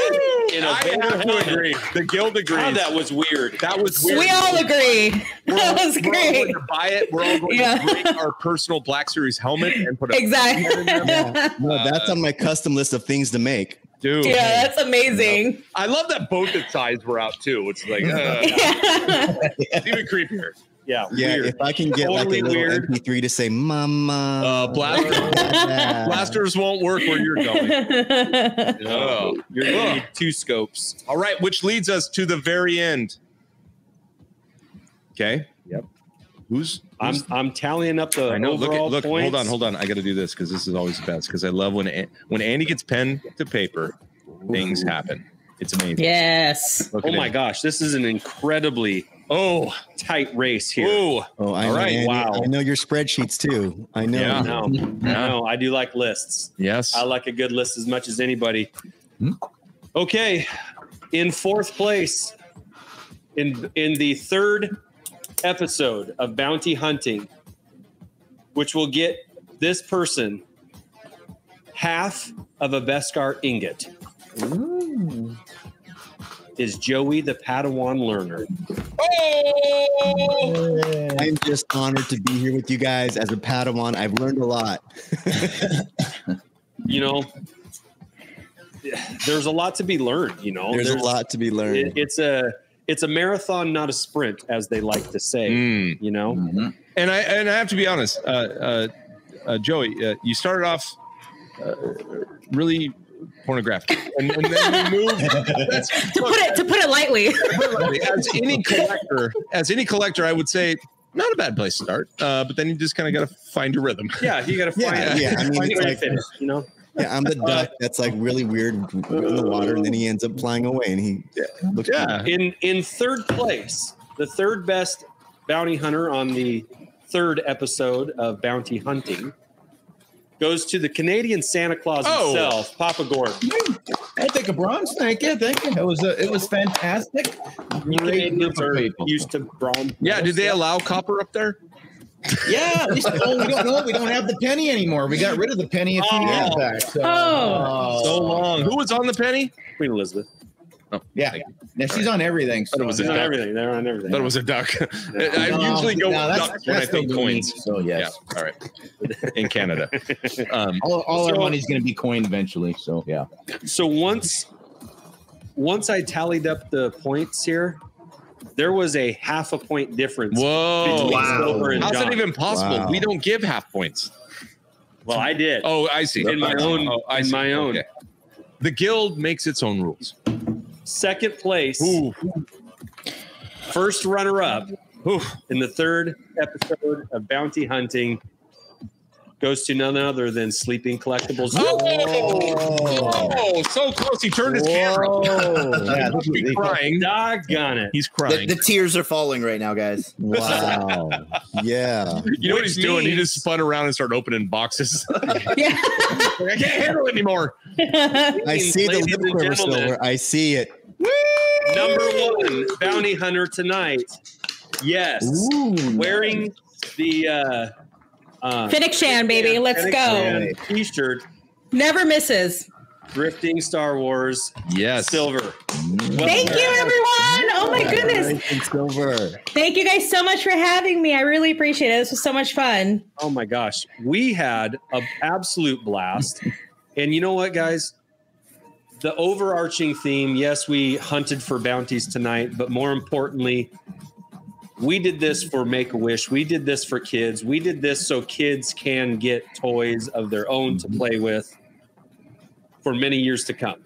Speaker 2: in a
Speaker 1: I
Speaker 2: bear
Speaker 1: have
Speaker 2: helmet.
Speaker 1: to agree. The guild agrees.
Speaker 2: God, that was weird.
Speaker 1: That was weird.
Speaker 4: We all agree. <laughs>
Speaker 1: We're all-
Speaker 4: That was
Speaker 1: we're all going
Speaker 4: great.
Speaker 1: to buy it. We're all going
Speaker 4: Yeah.
Speaker 1: to break our personal Black Series helmet and put it.
Speaker 4: Exactly.
Speaker 5: Yeah. No, that's
Speaker 1: Uh,
Speaker 5: on my custom list of things to make.
Speaker 1: Dude,
Speaker 4: <laughs> Yeah, that's amazing.
Speaker 1: I love that both the sides were out too. Which is like uh,
Speaker 4: <laughs> Yeah.
Speaker 1: it's even creepier.
Speaker 2: Yeah,
Speaker 5: Yeah,
Speaker 2: weird.
Speaker 5: if I can get
Speaker 2: Totally
Speaker 5: like a little
Speaker 2: weird.
Speaker 5: MP3 to say "Mama,"
Speaker 1: Uh,
Speaker 5: <laughs>
Speaker 1: blaster,
Speaker 5: yeah.
Speaker 1: blasters won't work where you're going.
Speaker 4: <laughs>
Speaker 1: Oh.
Speaker 2: You're gonna need two scopes.
Speaker 1: All right, which leads us to the very end. Okay. Yep. Who's?
Speaker 2: I'm
Speaker 1: who's-
Speaker 2: I'm tallying up the
Speaker 1: I know. Look.
Speaker 2: overall
Speaker 1: At, look.
Speaker 2: points.
Speaker 1: Hold on. Hold on. I got to do this because this is always the best. Because I love when An- when Andy gets pen to paper, things happen. It's amazing.
Speaker 4: yes.
Speaker 1: Look
Speaker 2: Oh
Speaker 1: at
Speaker 2: my
Speaker 1: him.
Speaker 2: gosh, this is an incredibly
Speaker 1: Oh.
Speaker 2: tight race here.
Speaker 1: Ooh.
Speaker 5: Oh, I
Speaker 1: All
Speaker 5: know,
Speaker 1: right,
Speaker 5: Andy.
Speaker 2: wow.
Speaker 5: I know your spreadsheets too. I know.
Speaker 1: Yeah.
Speaker 2: <laughs> No,
Speaker 1: Yeah.
Speaker 2: no, I do like lists.
Speaker 1: Yes.
Speaker 2: I like a good list as much as anybody. Okay, in fourth place, in in the third episode of bounty hunting, which will get this person half of a Beskar ingot, is Joey the Padawan learner.
Speaker 5: I'm just honored to be here with you guys as a Padawan. I've learned a lot.
Speaker 2: You know, there's a lot to be learned. You
Speaker 1: Oh,
Speaker 2: know,
Speaker 5: There's, a lot to be learned.
Speaker 2: it- it's a it's a marathon, not a sprint, as they like to say.
Speaker 1: Mm.
Speaker 2: You know,
Speaker 3: Mhm.
Speaker 1: and I and I have to be honest, uh, uh, uh, Joey, uh, you started off uh, really pornographic, and, and then you <laughs> moved. That's,
Speaker 4: To put it to put it lightly. <laughs>
Speaker 1: as any collector, as any collector, I would say not a bad place to start. Uh, but then you just kind of got to find your rhythm.
Speaker 2: yeah, you got to find
Speaker 5: yeah, yeah. I
Speaker 2: find
Speaker 5: mean, it's
Speaker 2: where you
Speaker 5: like-
Speaker 2: fit it, You know,
Speaker 5: Yeah, I'm the duck that's like really weird in the water, and then he ends up flying away, and he looks
Speaker 1: Yeah.
Speaker 2: In in third place, the third best bounty hunter on the third episode of Bounty Hunting goes to the Canadian Santa Claus
Speaker 1: Oh.
Speaker 2: himself, Papa Gordon.
Speaker 3: I take a bronze. Thank you, thank you. It was a, it was fantastic. Great group
Speaker 2: Canadians
Speaker 3: of
Speaker 2: are
Speaker 3: people.
Speaker 2: used to brawn.
Speaker 1: Yeah. Did they allow copper up there?
Speaker 3: Yeah, we, still, oh, we don't know. We don't have the penny anymore. We got rid of the penny a few
Speaker 1: Oh.
Speaker 3: years back. So,
Speaker 4: Oh.
Speaker 1: So long. Who was on the penny?
Speaker 2: Queen Elizabeth?
Speaker 3: yeah. Now she's on everything.
Speaker 1: Thought it was
Speaker 2: They're
Speaker 1: a
Speaker 2: on
Speaker 1: duck.
Speaker 2: everything. They're on everything.
Speaker 1: Thought it was a duck. <laughs> I
Speaker 3: <laughs> No,
Speaker 1: usually go
Speaker 3: no,
Speaker 1: with
Speaker 3: that's-
Speaker 1: ducks when I
Speaker 3: that's
Speaker 1: think
Speaker 3: the
Speaker 1: coins.
Speaker 3: So yes,
Speaker 1: Yeah. All right. In Canada. Um,
Speaker 3: all, all
Speaker 2: So-
Speaker 3: our money's going to be coined eventually. So yeah.
Speaker 2: so once once I tallied up the points here, there was a half a point difference.
Speaker 1: whoa.
Speaker 2: between
Speaker 6: wow.
Speaker 2: Silver and
Speaker 1: How's
Speaker 2: John.
Speaker 1: that even possible?
Speaker 5: Wow.
Speaker 1: We don't give half points.
Speaker 2: well, I did.
Speaker 1: Oh, I see.
Speaker 2: In my own-
Speaker 1: Oh, I
Speaker 2: in
Speaker 1: see.
Speaker 2: my own.
Speaker 1: The guild makes its own rules.
Speaker 2: Second place, first runner up in the third episode of Bounty Hunting goes to none other than Sleeping Collectibles.
Speaker 1: Oh, Oh, so close. He turned his camera.
Speaker 3: yeah, that's what
Speaker 1: He's
Speaker 3: they-
Speaker 1: crying.
Speaker 2: Doggone it.
Speaker 1: He's
Speaker 6: The,
Speaker 1: crying.
Speaker 6: the tears are falling right now, guys.
Speaker 5: <laughs> Wow. yeah.
Speaker 1: you know what he's
Speaker 2: Which
Speaker 1: doing? He
Speaker 2: means-
Speaker 1: just spun around and started opening boxes.
Speaker 4: Yeah.
Speaker 1: <laughs> I can't handle it anymore.
Speaker 5: I see the
Speaker 2: Ladies
Speaker 5: lip
Speaker 2: and
Speaker 5: quiver
Speaker 2: gentlemen.
Speaker 5: silver. I see it.
Speaker 2: Number one bounty hunter tonight. Yes. Wearing the uh uh
Speaker 4: Finnick Shan, baby. Let's
Speaker 2: Fennec
Speaker 4: go.
Speaker 2: Shan T-shirt,
Speaker 4: Never misses.
Speaker 2: drifting Star Wars
Speaker 1: Yes.
Speaker 2: silver.
Speaker 4: Thank you, everyone. Oh, my goodness.
Speaker 5: It's silver.
Speaker 4: Thank you guys so much for having me. I really appreciate it. This was so much fun.
Speaker 2: Oh my gosh, we had an absolute blast. and you know what, guys? The overarching theme yes, we hunted for bounties tonight, but more importantly, we did this for Make a Wish. We did this for kids. We did this so kids can get toys of their own to play with for many years to come.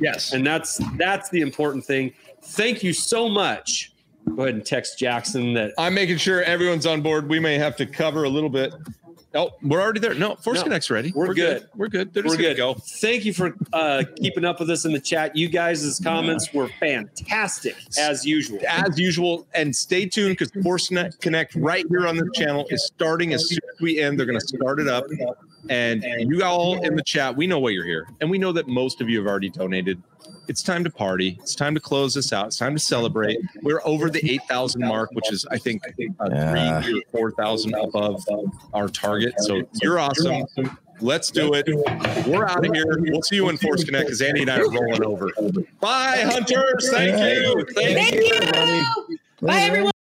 Speaker 1: Yes.
Speaker 2: And that's that's the important thing. Thank you so much. Go ahead and text Jackson that
Speaker 1: I'm making sure everyone's on board. We may have to cover a little bit. Oh, we're already there. No, Force
Speaker 2: No,
Speaker 1: Connect's ready.
Speaker 2: we're good.
Speaker 1: We're good. They're
Speaker 2: We're
Speaker 1: just gonna
Speaker 2: good. Thank you for uh, keeping up with us in the chat. You guys' comments were fantastic as usual.
Speaker 1: go. As usual, and stay tuned because Force Connect- Connect right here on this channel is starting as soon as we end. They're going to start it up. And you all in the chat, we know why you're here. And we know that most of you have already donated. It's time to party. It's time to close this out. It's time to celebrate. We're over the 8,000 mark, which is, I think, uh,
Speaker 5: Yeah.
Speaker 1: three or 4,000 above our target. So you're awesome. Let's do it. We're out of here. We'll see you in Force Connect because Andy and I are rolling over. Bye, hunters. Thank you. Thank you.
Speaker 4: Thank you. Bye, everyone.